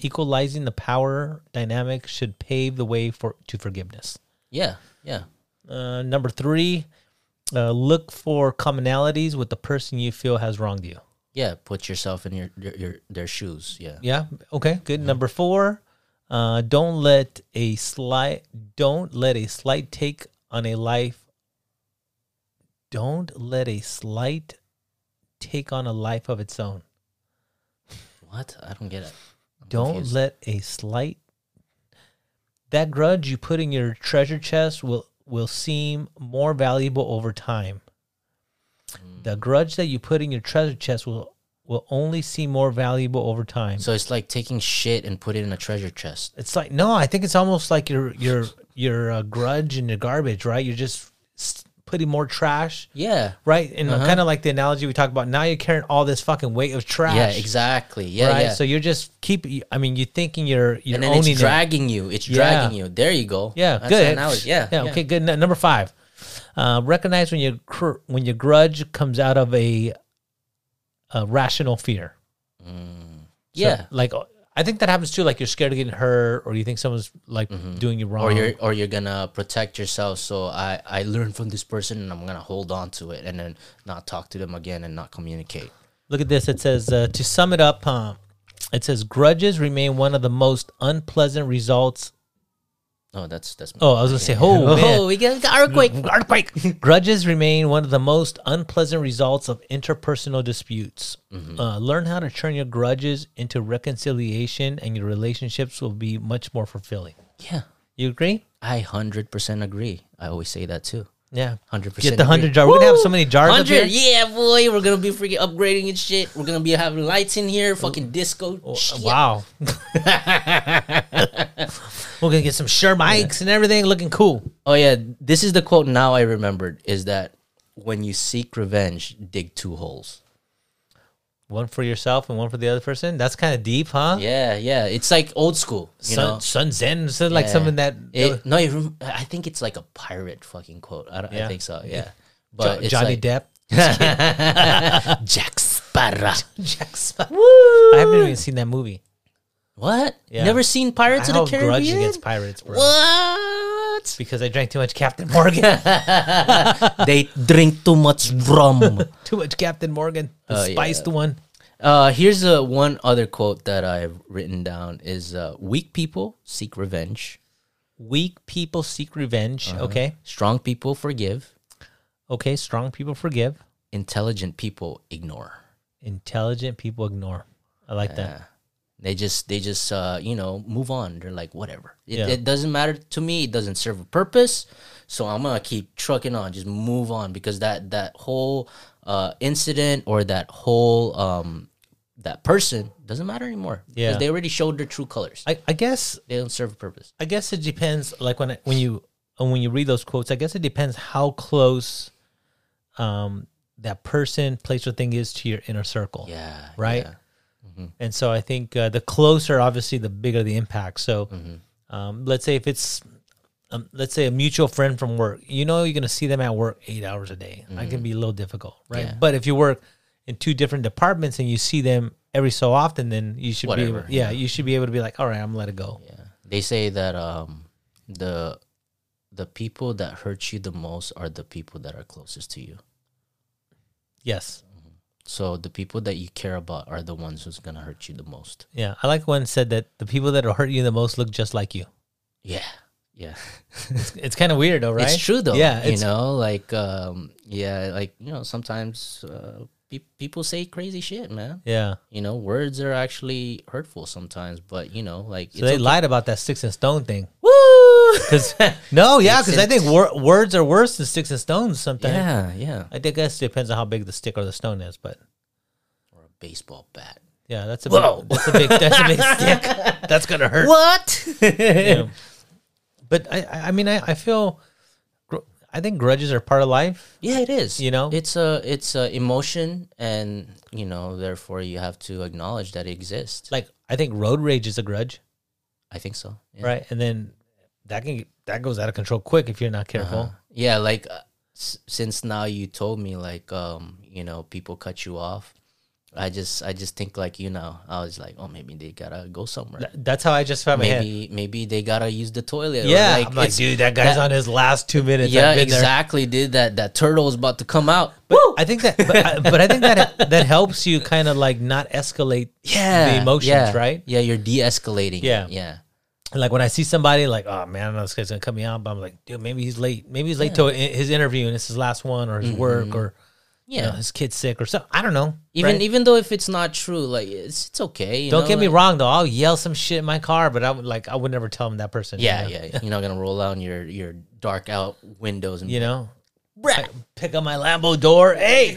S2: Equalizing the power dynamic should pave the way for to forgiveness.
S1: Yeah, yeah.
S2: Uh, number three, uh, look for commonalities with the person you feel has wronged you.
S1: Yeah, put yourself in your, your, your their shoes. Yeah.
S2: Yeah. Okay. Good. Number four, uh, don't let a slight don't let a slight take on a life. Don't let a slight take on a life of its own.
S1: What? I don't get it. I'm
S2: Don't
S1: confused.
S2: let a slight that grudge you put in your treasure chest will will seem more valuable over time.
S1: Hmm.
S2: The grudge that you put in your treasure chest will will only seem more valuable over time.
S1: So it's like taking shit and put it in a treasure chest.
S2: It's like no, I think it's almost like your your your uh, grudge and your garbage, right? You're just s- putting more trash,
S1: Yeah.
S2: right? And
S1: Uh-huh.
S2: kind of like the analogy we talked about. Now you're carrying all this fucking weight of trash,
S1: Yeah, exactly. Yeah,
S2: right?
S1: yeah.
S2: So you're just keep. I mean, you're thinking you're you're
S1: and then
S2: owning
S1: it's dragging you. It's dragging you. There you go.
S2: it. Yeah,
S1: That's
S2: good.
S1: an analogy. Yeah,
S2: yeah, Okay, good. N- number five, uh, recognize when your cr- when your grudge comes out of a, a rational fear. So,
S1: Yeah.
S2: like I think that happens too. Like you're scared of getting hurt, or you think someone's like doing you wrong,
S1: Mm-hmm. or you're or you're gonna protect yourself. So I I learned from this person, and I'm gonna hold on to it, and then not talk to them again, and not communicate.
S2: Look at this. It says, uh, to sum it up, um, it says, grudges remain one of the most unpleasant results.
S1: Oh, that's that's.
S2: Oh, I was going to say, oh, man.
S1: we got the earthquake.
S2: Earthquake. grudges remain one of the most unpleasant results of interpersonal disputes. Uh, learn how to turn your grudges into reconciliation, and your relationships will be much more fulfilling.
S1: Yeah,
S2: You agree?
S1: I hundred percent agree. I always say that too.
S2: Yeah.
S1: Hundred percent.
S2: Get the 100 jar. We're going to have so many jars. up here.
S1: Hundred, yeah, boy, we're gonna be freaking upgrading and shit. We're gonna be having lights in here, fucking disco. shit.
S2: Oh, uh, Wow. We're going to get some sure mics and everything looking cool.
S1: Oh yeah, this is the quote now I remembered is that when you seek revenge, dig two holes.
S2: one for yourself and one for the other person. That's kind of deep, huh?
S1: Yeah, yeah, it's like old school, you
S2: Sun,
S1: know.
S2: Sun Zen, so like
S1: Yeah.
S2: something that uh,
S1: It, no, it, rem- I think it's like a pirate fucking quote. I, don't, I
S2: Yeah.
S1: think so. Yeah,
S2: Jo-
S1: but it's
S2: Johnny
S1: like,
S2: Depp.
S1: Jack Sparrow.
S2: Jack Sparrow.
S1: Woo!
S2: I haven't even seen that movie.
S1: What?
S2: Yeah.
S1: Never seen Pirates
S2: I
S1: of
S2: hold
S1: the
S2: grudges
S1: Caribbean?
S2: against pirates, bro.
S1: what?
S2: Because I drank too much Captain Morgan.
S1: they drink too much rum.
S2: too much Captain Morgan, the
S1: Oh, yeah.
S2: spiced one.
S1: Uh, here's uh one other quote that I've written down is uh, weak people seek revenge,
S2: Weak people seek revenge.
S1: Uh-huh.
S2: Okay,
S1: strong people forgive,
S2: okay. Strong people forgive.
S1: intelligent people ignore.
S2: Intelligent people ignore. I like that.
S1: They just they just uh, you know move on. They're like whatever. It,
S2: Yeah.
S1: it doesn't matter to me. It doesn't serve a purpose. So I'm gonna keep trucking on. Just move on because that that whole uh, incident or that whole um, that person doesn't matter anymore. 'Cause
S2: Yeah.
S1: they already showed their true colors.
S2: I, I guess
S1: they don't serve a purpose.
S2: I guess it depends. Like when I- when you and when you read those quotes, I guess it depends how close um, that person, place, or thing is to your inner circle,
S1: Yeah.
S2: right?
S1: yeah. Mm-hmm.
S2: And so I
S1: Mm-hmm.
S2: think uh, the closer, obviously, the bigger the impact. So um, let's say if it's um, let's say a mutual friend from work. You know, you're gonna see them at work eight hours a day. That can be a little difficult, right?
S1: Mm-hmm. Yeah.
S2: But if you work in two different departments and you see them every so often, then you should be
S1: Whatever,
S2: able, yeah, you should be able to be like, all right, I'm gonna let it go.
S1: Yeah. They say that um the the people that hurt you the most are the people that are closest to you.
S2: Yes,
S1: So the people that you care about are the ones who's gonna hurt you the most.
S2: yeah. I like when said that the people that will hurt you the most look just like you.
S1: Yeah. Yeah.
S2: It's, it's kind of weird, though, right?
S1: It's true though.
S2: Yeah,
S1: You
S2: it's-
S1: know, like um yeah, like you know, sometimes uh pe- people say crazy shit, man.
S2: Yeah.
S1: You know, words are actually hurtful sometimes, but you know, like
S2: So they lied about that sticks and stone thing.
S1: Woo!
S2: Cause no, yeah,
S1: It's
S2: because I
S1: in-
S2: think wor- words are worse than sticks and stones sometimes.
S1: Yeah, yeah.
S2: I think- guess it depends on how big the stick or the stone is, but
S1: Or a baseball bat.
S2: yeah, that's a
S1: Whoa.
S2: big, that's a big that's a big stick. That's gonna hurt.
S1: What?
S2: Yeah. But I- I, I mean, I, I feel, gr- I think grudges are part of life.
S1: Yeah, it is.
S2: You know?
S1: it's a it's a emotion, and you know, therefore, you have to acknowledge that it exists.
S2: Like I think road rage is a grudge,
S1: I think so. Yeah.
S2: right? And then that can get- that goes out of control quick if you're not careful.
S1: Uh-huh. Yeah, like uh, s- since now you told me, like um, you know, people cut you off. I just I just think like you know, I was like, oh, maybe they gotta go somewhere.
S2: Th- That's how I just found my head.
S1: maybe maybe they gotta use the toilet. or,
S2: Yeah, I'm like
S1: it's-
S2: dude, that guy's
S1: that-
S2: on his last two minutes.
S1: Yeah,
S2: I've been there.
S1: exactly. Did that that turtle is about to come out?
S2: But I think that, but I, but I think that that helps you kind of like not escalate the emotions,
S1: yeah,
S2: right?
S1: Yeah, you're de-escalating. it,
S2: Yeah.
S1: yeah.
S2: And, like when I see somebody, like, oh man, I know this guy's gonna cut me out, but I'm like, dude, maybe he's late. Maybe he's late to i- his interview and it's his last one, or his work, or you know,
S1: Mm-hmm. Yeah.
S2: his kid's sick, or so. I don't know.
S1: Even
S2: right?
S1: even though if it's not true, like it's it's okay. you
S2: don't
S1: know,
S2: get me
S1: like-
S2: wrong though, I'll yell some shit in my car, but I would like I would never tell him that person. you
S1: Yeah,
S2: know?
S1: yeah. You're not gonna roll down your your dark out windows and
S2: You know, Like, pick up my Lambo door. Hey,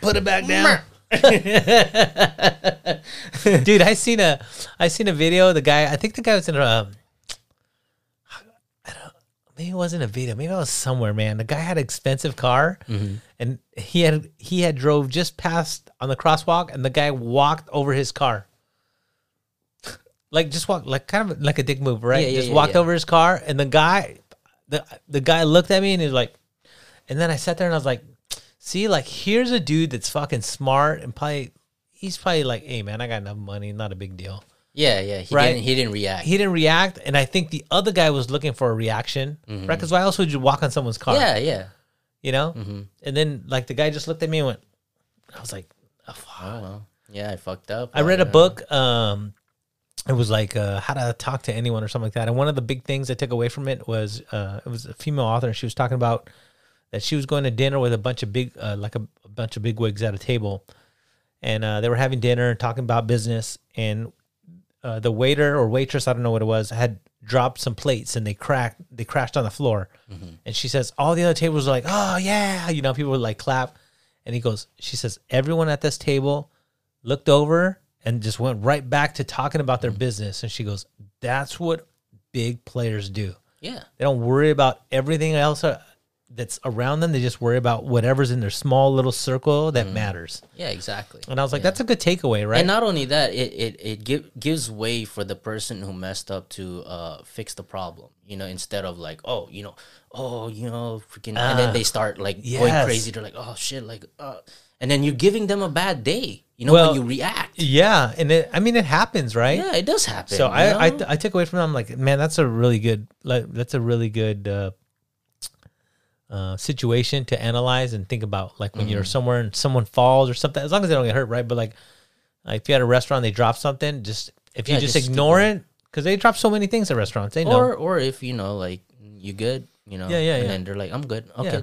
S2: put it back down. Dude, I seen a, I seen a video. The guy, I think the guy was in a, um, I don't, maybe it wasn't a video. Maybe I was somewhere, man. The guy had an expensive car,
S1: Mm-hmm.
S2: and he had he had drove just past on the crosswalk, and the guy walked over his car. Like just walked, like kind of like a dick move, right?
S1: Yeah, yeah,
S2: just
S1: yeah,
S2: walked
S1: yeah.
S2: over his car, and the guy, the the guy looked at me and he was like, and then I sat there and I was like, see, like here's a dude that's fucking smart and probably he's probably like, hey man, I got enough money, not a big deal.
S1: yeah, yeah. He
S2: Right.
S1: didn't he didn't react.
S2: He didn't react, and I think the other guy was looking for a reaction, right? Because why else would you walk on someone's car?
S1: yeah, yeah.
S2: you know. And then like the guy just looked at me and went, I was like, oh, fuck.
S1: I don't know. Yeah, I fucked up.
S2: I read a
S1: uh,
S2: book. Um, it was like uh, how to talk to anyone or something like that. And one of the big things I took away from it was uh, it was a female author, and she was talking about that she was going to dinner with a bunch of big, uh, like a, a bunch of big wigs at a table, and uh, they were having dinner and talking about business. And uh, the waiter or waitress, I don't know what it was, had dropped some plates and they cracked, they crashed on the floor. And she says, all the other tables are like, oh yeah, you know, people would like clap. And he goes, she says, everyone at this table looked over and just went right back to talking about their business. And she goes, that's what big players do.
S1: Yeah.
S2: They don't worry about everything else uh, that's around them. They just worry about whatever's in their small little circle that matters.
S1: Mm. Yeah, exactly.
S2: And I was like, that's a good takeaway, right?
S1: And not only that, it it, it give, gives way for the person who messed up to uh, fix the problem. You know, instead of like, oh, you know, oh, you know, freaking, and then they start like going
S2: Ah, yes.
S1: crazy. They're like, oh shit, like, uh, and then you're giving them a bad day. You know,
S2: Well,
S1: when you react.
S2: yeah. And it, I mean, it happens, right?
S1: Yeah, it does happen.
S2: So
S1: you
S2: I, I
S1: know?
S2: I took away from them like man that's a really good like, that's a really good uh, uh, situation to analyze and think about like when you're somewhere and someone falls or something as long as they don't get hurt right but like, like if you had a restaurant they drop something just if you
S1: Yeah,
S2: just,
S1: just
S2: ignore it because they drop so many things at restaurants they know
S1: or or if you know like you good you know
S2: Yeah, yeah,
S1: and
S2: yeah.
S1: then they're like i'm good okay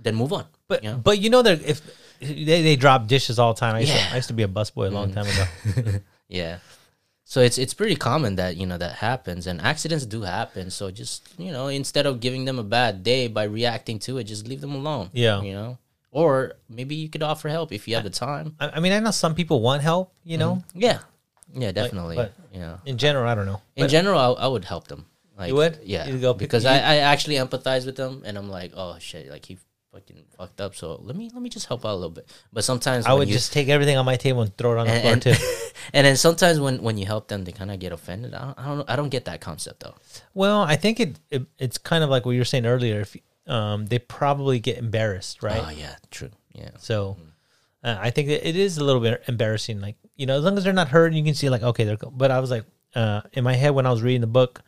S1: then move on
S2: but
S1: you know?
S2: but you know that if they, they drop dishes all the time I used,
S1: Yeah.
S2: to, I used to be a busboy a long time ago
S1: yeah so it's it's pretty common that you know that happens and accidents do happen so just you know instead of giving them a bad day by reacting to it just leave them alone
S2: Yeah.
S1: you know or maybe you could offer help if you have the time
S2: I, I mean I know some people want help you know
S1: yeah yeah definitely
S2: but-
S1: you know
S2: in general I don't know
S1: in general I, I would help them like,
S2: You would?
S1: yeah
S2: You'd go pick-
S1: because
S2: you-
S1: I, I actually empathize with them and i'm like oh shit like he fucking fucked up so let me let me just help out a little bit but sometimes
S2: I
S1: when
S2: would
S1: you-
S2: just take everything on my table and throw it on the
S1: and,
S2: floor
S1: and-
S2: too
S1: And then sometimes when when you help them, they kind of get offended. I don't, I don't I don't get that concept though.
S2: Well, I think it, it it's kind of like what you were saying earlier. If um, they probably get embarrassed, right?
S1: Oh yeah, Mm-hmm. true. Yeah.
S2: So uh, I think that it is a little bit embarrassing. Like you know, as long as they're not hurt, you can see like okay, they're. Cool. But I was like, uh, in my head when I was reading the book,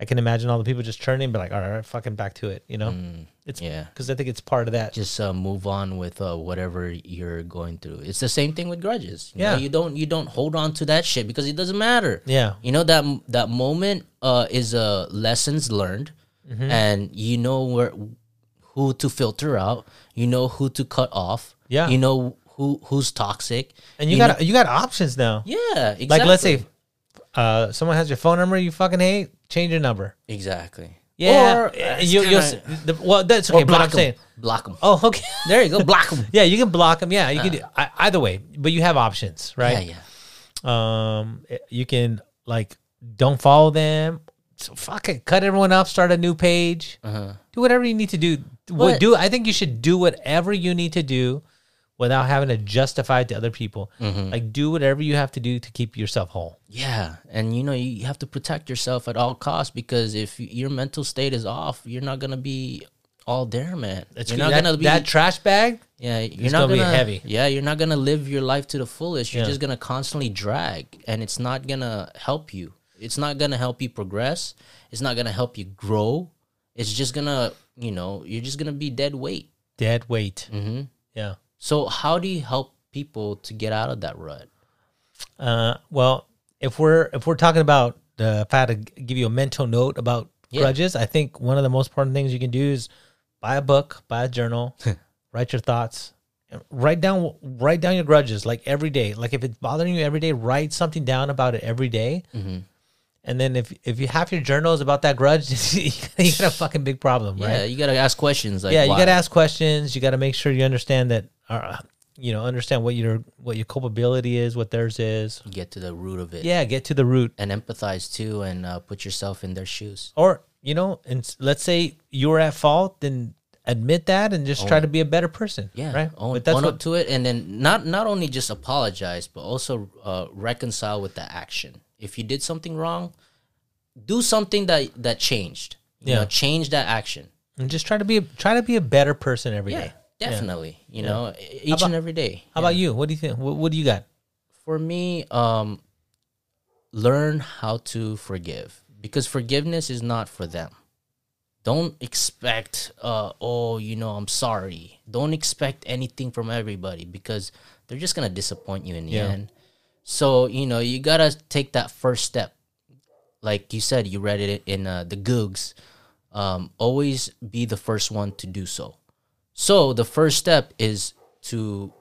S2: I can imagine all the people just churning, but like, all right, all right, fucking back to it. You know, it's
S1: Mm, yeah.
S2: because I think it's part of that.
S1: Just uh, move on with uh, whatever you're going through. It's the same thing with grudges. You
S2: Yeah.
S1: know, you don't you don't hold on to that shit because it doesn't matter.
S2: Yeah.
S1: you know that that moment uh, is a lessons learned,
S2: Mm-hmm.
S1: and you know where who to filter out. You know who to cut off.
S2: Yeah.
S1: you know who who's toxic.
S2: and you,
S1: know-
S2: got you got options now.
S1: yeah, exactly.
S2: Like let's say uh, someone has your phone number you fucking hate, change your number.
S1: exactly.
S2: Yeah,
S1: Or, uh,
S2: you,
S1: it's
S2: you
S1: kinda-
S2: the, well that's
S1: or
S2: okay. But I'm
S1: block
S2: saying,
S1: them. Block them.
S2: oh okay,
S1: There you go. Block them.
S2: yeah, you can block them. Yeah, you can do I, either way, but you have options,
S1: Yeah,
S2: right?
S1: Uh. yeah.
S2: Um, you can like don't follow them. So fuck it, cut everyone off. Start a new page.
S1: Uh-huh.
S2: Do whatever you need to do. Well,
S1: But-
S2: do I think you should do whatever you need to do without having to justify it to other people.
S1: Mm-hmm.
S2: Like do whatever you have to do to keep yourself whole.
S1: Yeah, and you know you have to protect yourself at all costs because if your mental state is off, you're not gonna be all there, man. you're not
S2: that,
S1: gonna be
S2: that trash bag.
S1: yeah. You're
S2: it's
S1: not
S2: gonna be heavy.
S1: Yeah, you're not gonna live your life to the fullest. You're
S2: Yeah.
S1: just gonna constantly drag, and it's not gonna help you. It's not gonna help you progress. It's not gonna help you grow. It's just gonna you know you're just gonna be dead weight. Mm-hmm.
S2: Dead
S1: Mm.
S2: weight. Yeah.
S1: So how do you help people to get out of that rut?
S2: Uh, well, if we're if we're talking about uh, if I had to g- give you a mental note about
S1: Yeah.
S2: grudges, I think one of the most important things you can do is buy a book, buy a journal, write your thoughts, and write down write down your grudges like every day. Like if it's bothering you every day, write something down about it every day.
S1: Mm-hmm.
S2: And then if if you half your journal is about that grudge, you got a fucking big problem, right?
S1: Yeah, you gotta ask questions. Like
S2: yeah you
S1: why?
S2: got to ask questions you got to make sure you understand that uh, you know understand what your what your culpability is what theirs is
S1: get to the root of it.
S2: yeah get to the root
S1: and empathize too and uh, put yourself in their shoes.
S2: or you know and s- let's say you're at fault then admit that and just try to be a better person
S1: Yeah,
S2: right
S1: own,
S2: but that's
S1: own up
S2: what
S1: to it, and then not not only just apologize, but also uh, reconcile with the action. If you did something wrong, do something that that changed. You
S2: Yeah.
S1: know, change that action.
S2: and just try to be a, try to be a better person every day.
S1: Yeah, definitely. You know, e- each and every day.
S2: how about you what do you think what, what do you got
S1: for me, um, learn how to forgive because forgiveness is not for them. Don't expect, uh, oh, you know, I'm sorry. Don't expect anything from everybody because they're just gonna disappoint you in the
S2: Yeah.
S1: end. So you know, you gotta take that first step. Like you said, you read it in uh, the Googs. Um, always be the first one to do so. So the first step is to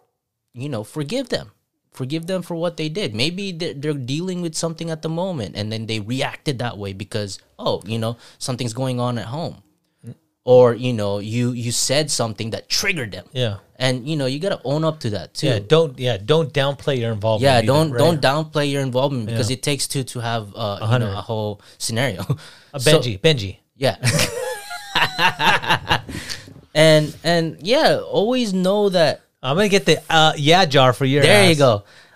S1: you know, forgive them. Forgive them for what they did. Maybe they're, they're dealing with something at the moment and then they reacted that way because, oh, you know, something's going on at home. Or, you know, you you said something that triggered them.
S2: yeah
S1: And, you know, you got to own up to that too.
S2: yeah don't yeah don't downplay your involvement
S1: Yeah,
S2: either,
S1: don't
S2: right?
S1: don't downplay your involvement because it takes two to have uh, you know, a whole scenario.
S2: Uh,
S1: So-
S2: benji benji
S1: yeah. and and yeah, always know that
S2: i'm gonna get the uh yeah jar for your
S1: There you
S2: ass.
S1: go.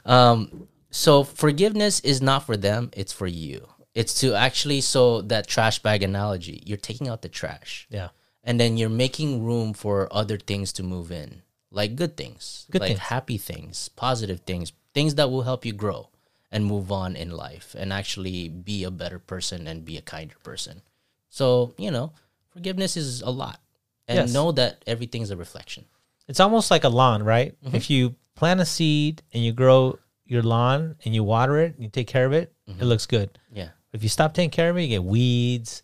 S1: Um, so forgiveness is not for them; it's for you. It's to actually so that trash bag analogy. You're taking out the trash,
S2: yeah
S1: and then you're making room for other things to move in, like good things,
S2: Good
S1: like
S2: things.
S1: happy things, positive things, things that will help you grow and move on in life, and actually be a better person and be a kinder person. So you know, forgiveness is a lot, and
S2: Yes.
S1: know that everything's a reflection.
S2: it's almost like a lawn, right?
S1: Mm-hmm.
S2: If you plant a seed and you grow your lawn and you water it and you take care of it,
S1: Mm-hmm.
S2: it looks good.
S1: Yeah.
S2: If you stop taking care of it, you get weeds,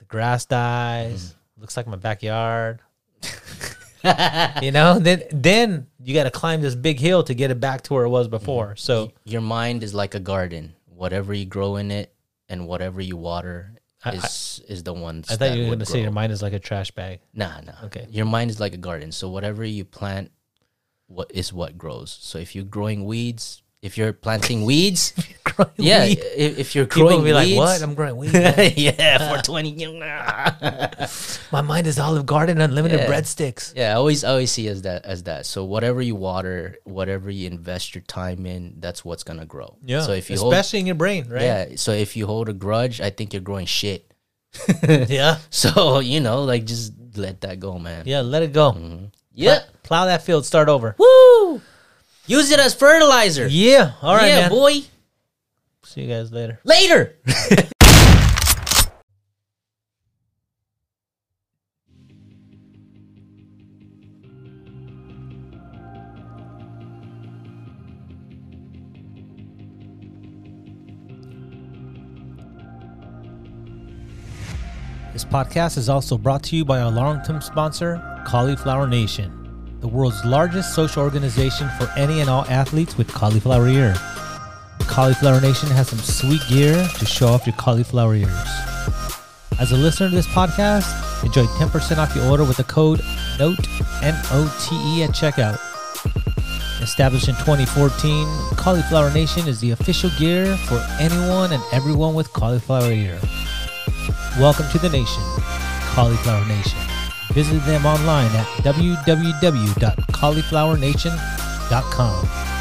S2: the grass dies, looks like my backyard. you know, then then you got to climb this big hill to get it back to where it was before. So
S1: your mind is like a garden. Whatever you grow in it and whatever you water is is the ones.
S2: I thought you were going to say your mind is like a trash bag.
S1: Nah, nah.
S2: Okay.
S1: Your mind is like a garden. So whatever you plant, what is what grows. So if you're growing weeds, if you're planting weeds,
S2: Growing
S1: yeah,
S2: weed.
S1: i- if you're
S2: People
S1: growing
S2: will be like,
S1: weeds,
S2: "What? I'm growing weed.
S1: yeah, 420.
S2: My mind is Olive Garden, unlimited
S1: Yeah.
S2: breadsticks."
S1: yeah, I always I always see as that as that. So whatever you water, whatever you invest your time in, that's what's gonna grow.
S2: Yeah.
S1: So if you hold,
S2: especially in your brain, right?
S1: yeah, so if you hold a grudge, I think you're growing shit.
S2: Yeah. Yeah.
S1: So you know, like just let that go, man.
S2: let it go.
S1: Yeah.
S2: Plow that field, start over.
S1: Woo! Use it as fertilizer.
S2: Yeah. All right,
S1: yeah,
S2: man.
S1: boy.
S2: See you guys later.
S1: Later.
S2: This podcast is also brought to you by our long-term sponsor, Cauliflower Nation, the world's largest social organization for any and all athletes with cauliflower ear. Cauliflower Nation has some sweet gear to show off your cauliflower ears. As a listener to this podcast, enjoy 10% off your order with the code NOTE, N-O-T-E E at checkout. Established in 2014, Cauliflower Nation is the official gear for anyone and everyone with cauliflower ear. Welcome to the nation, Cauliflower Nation. Visit them online at www.cauliflowernation.com.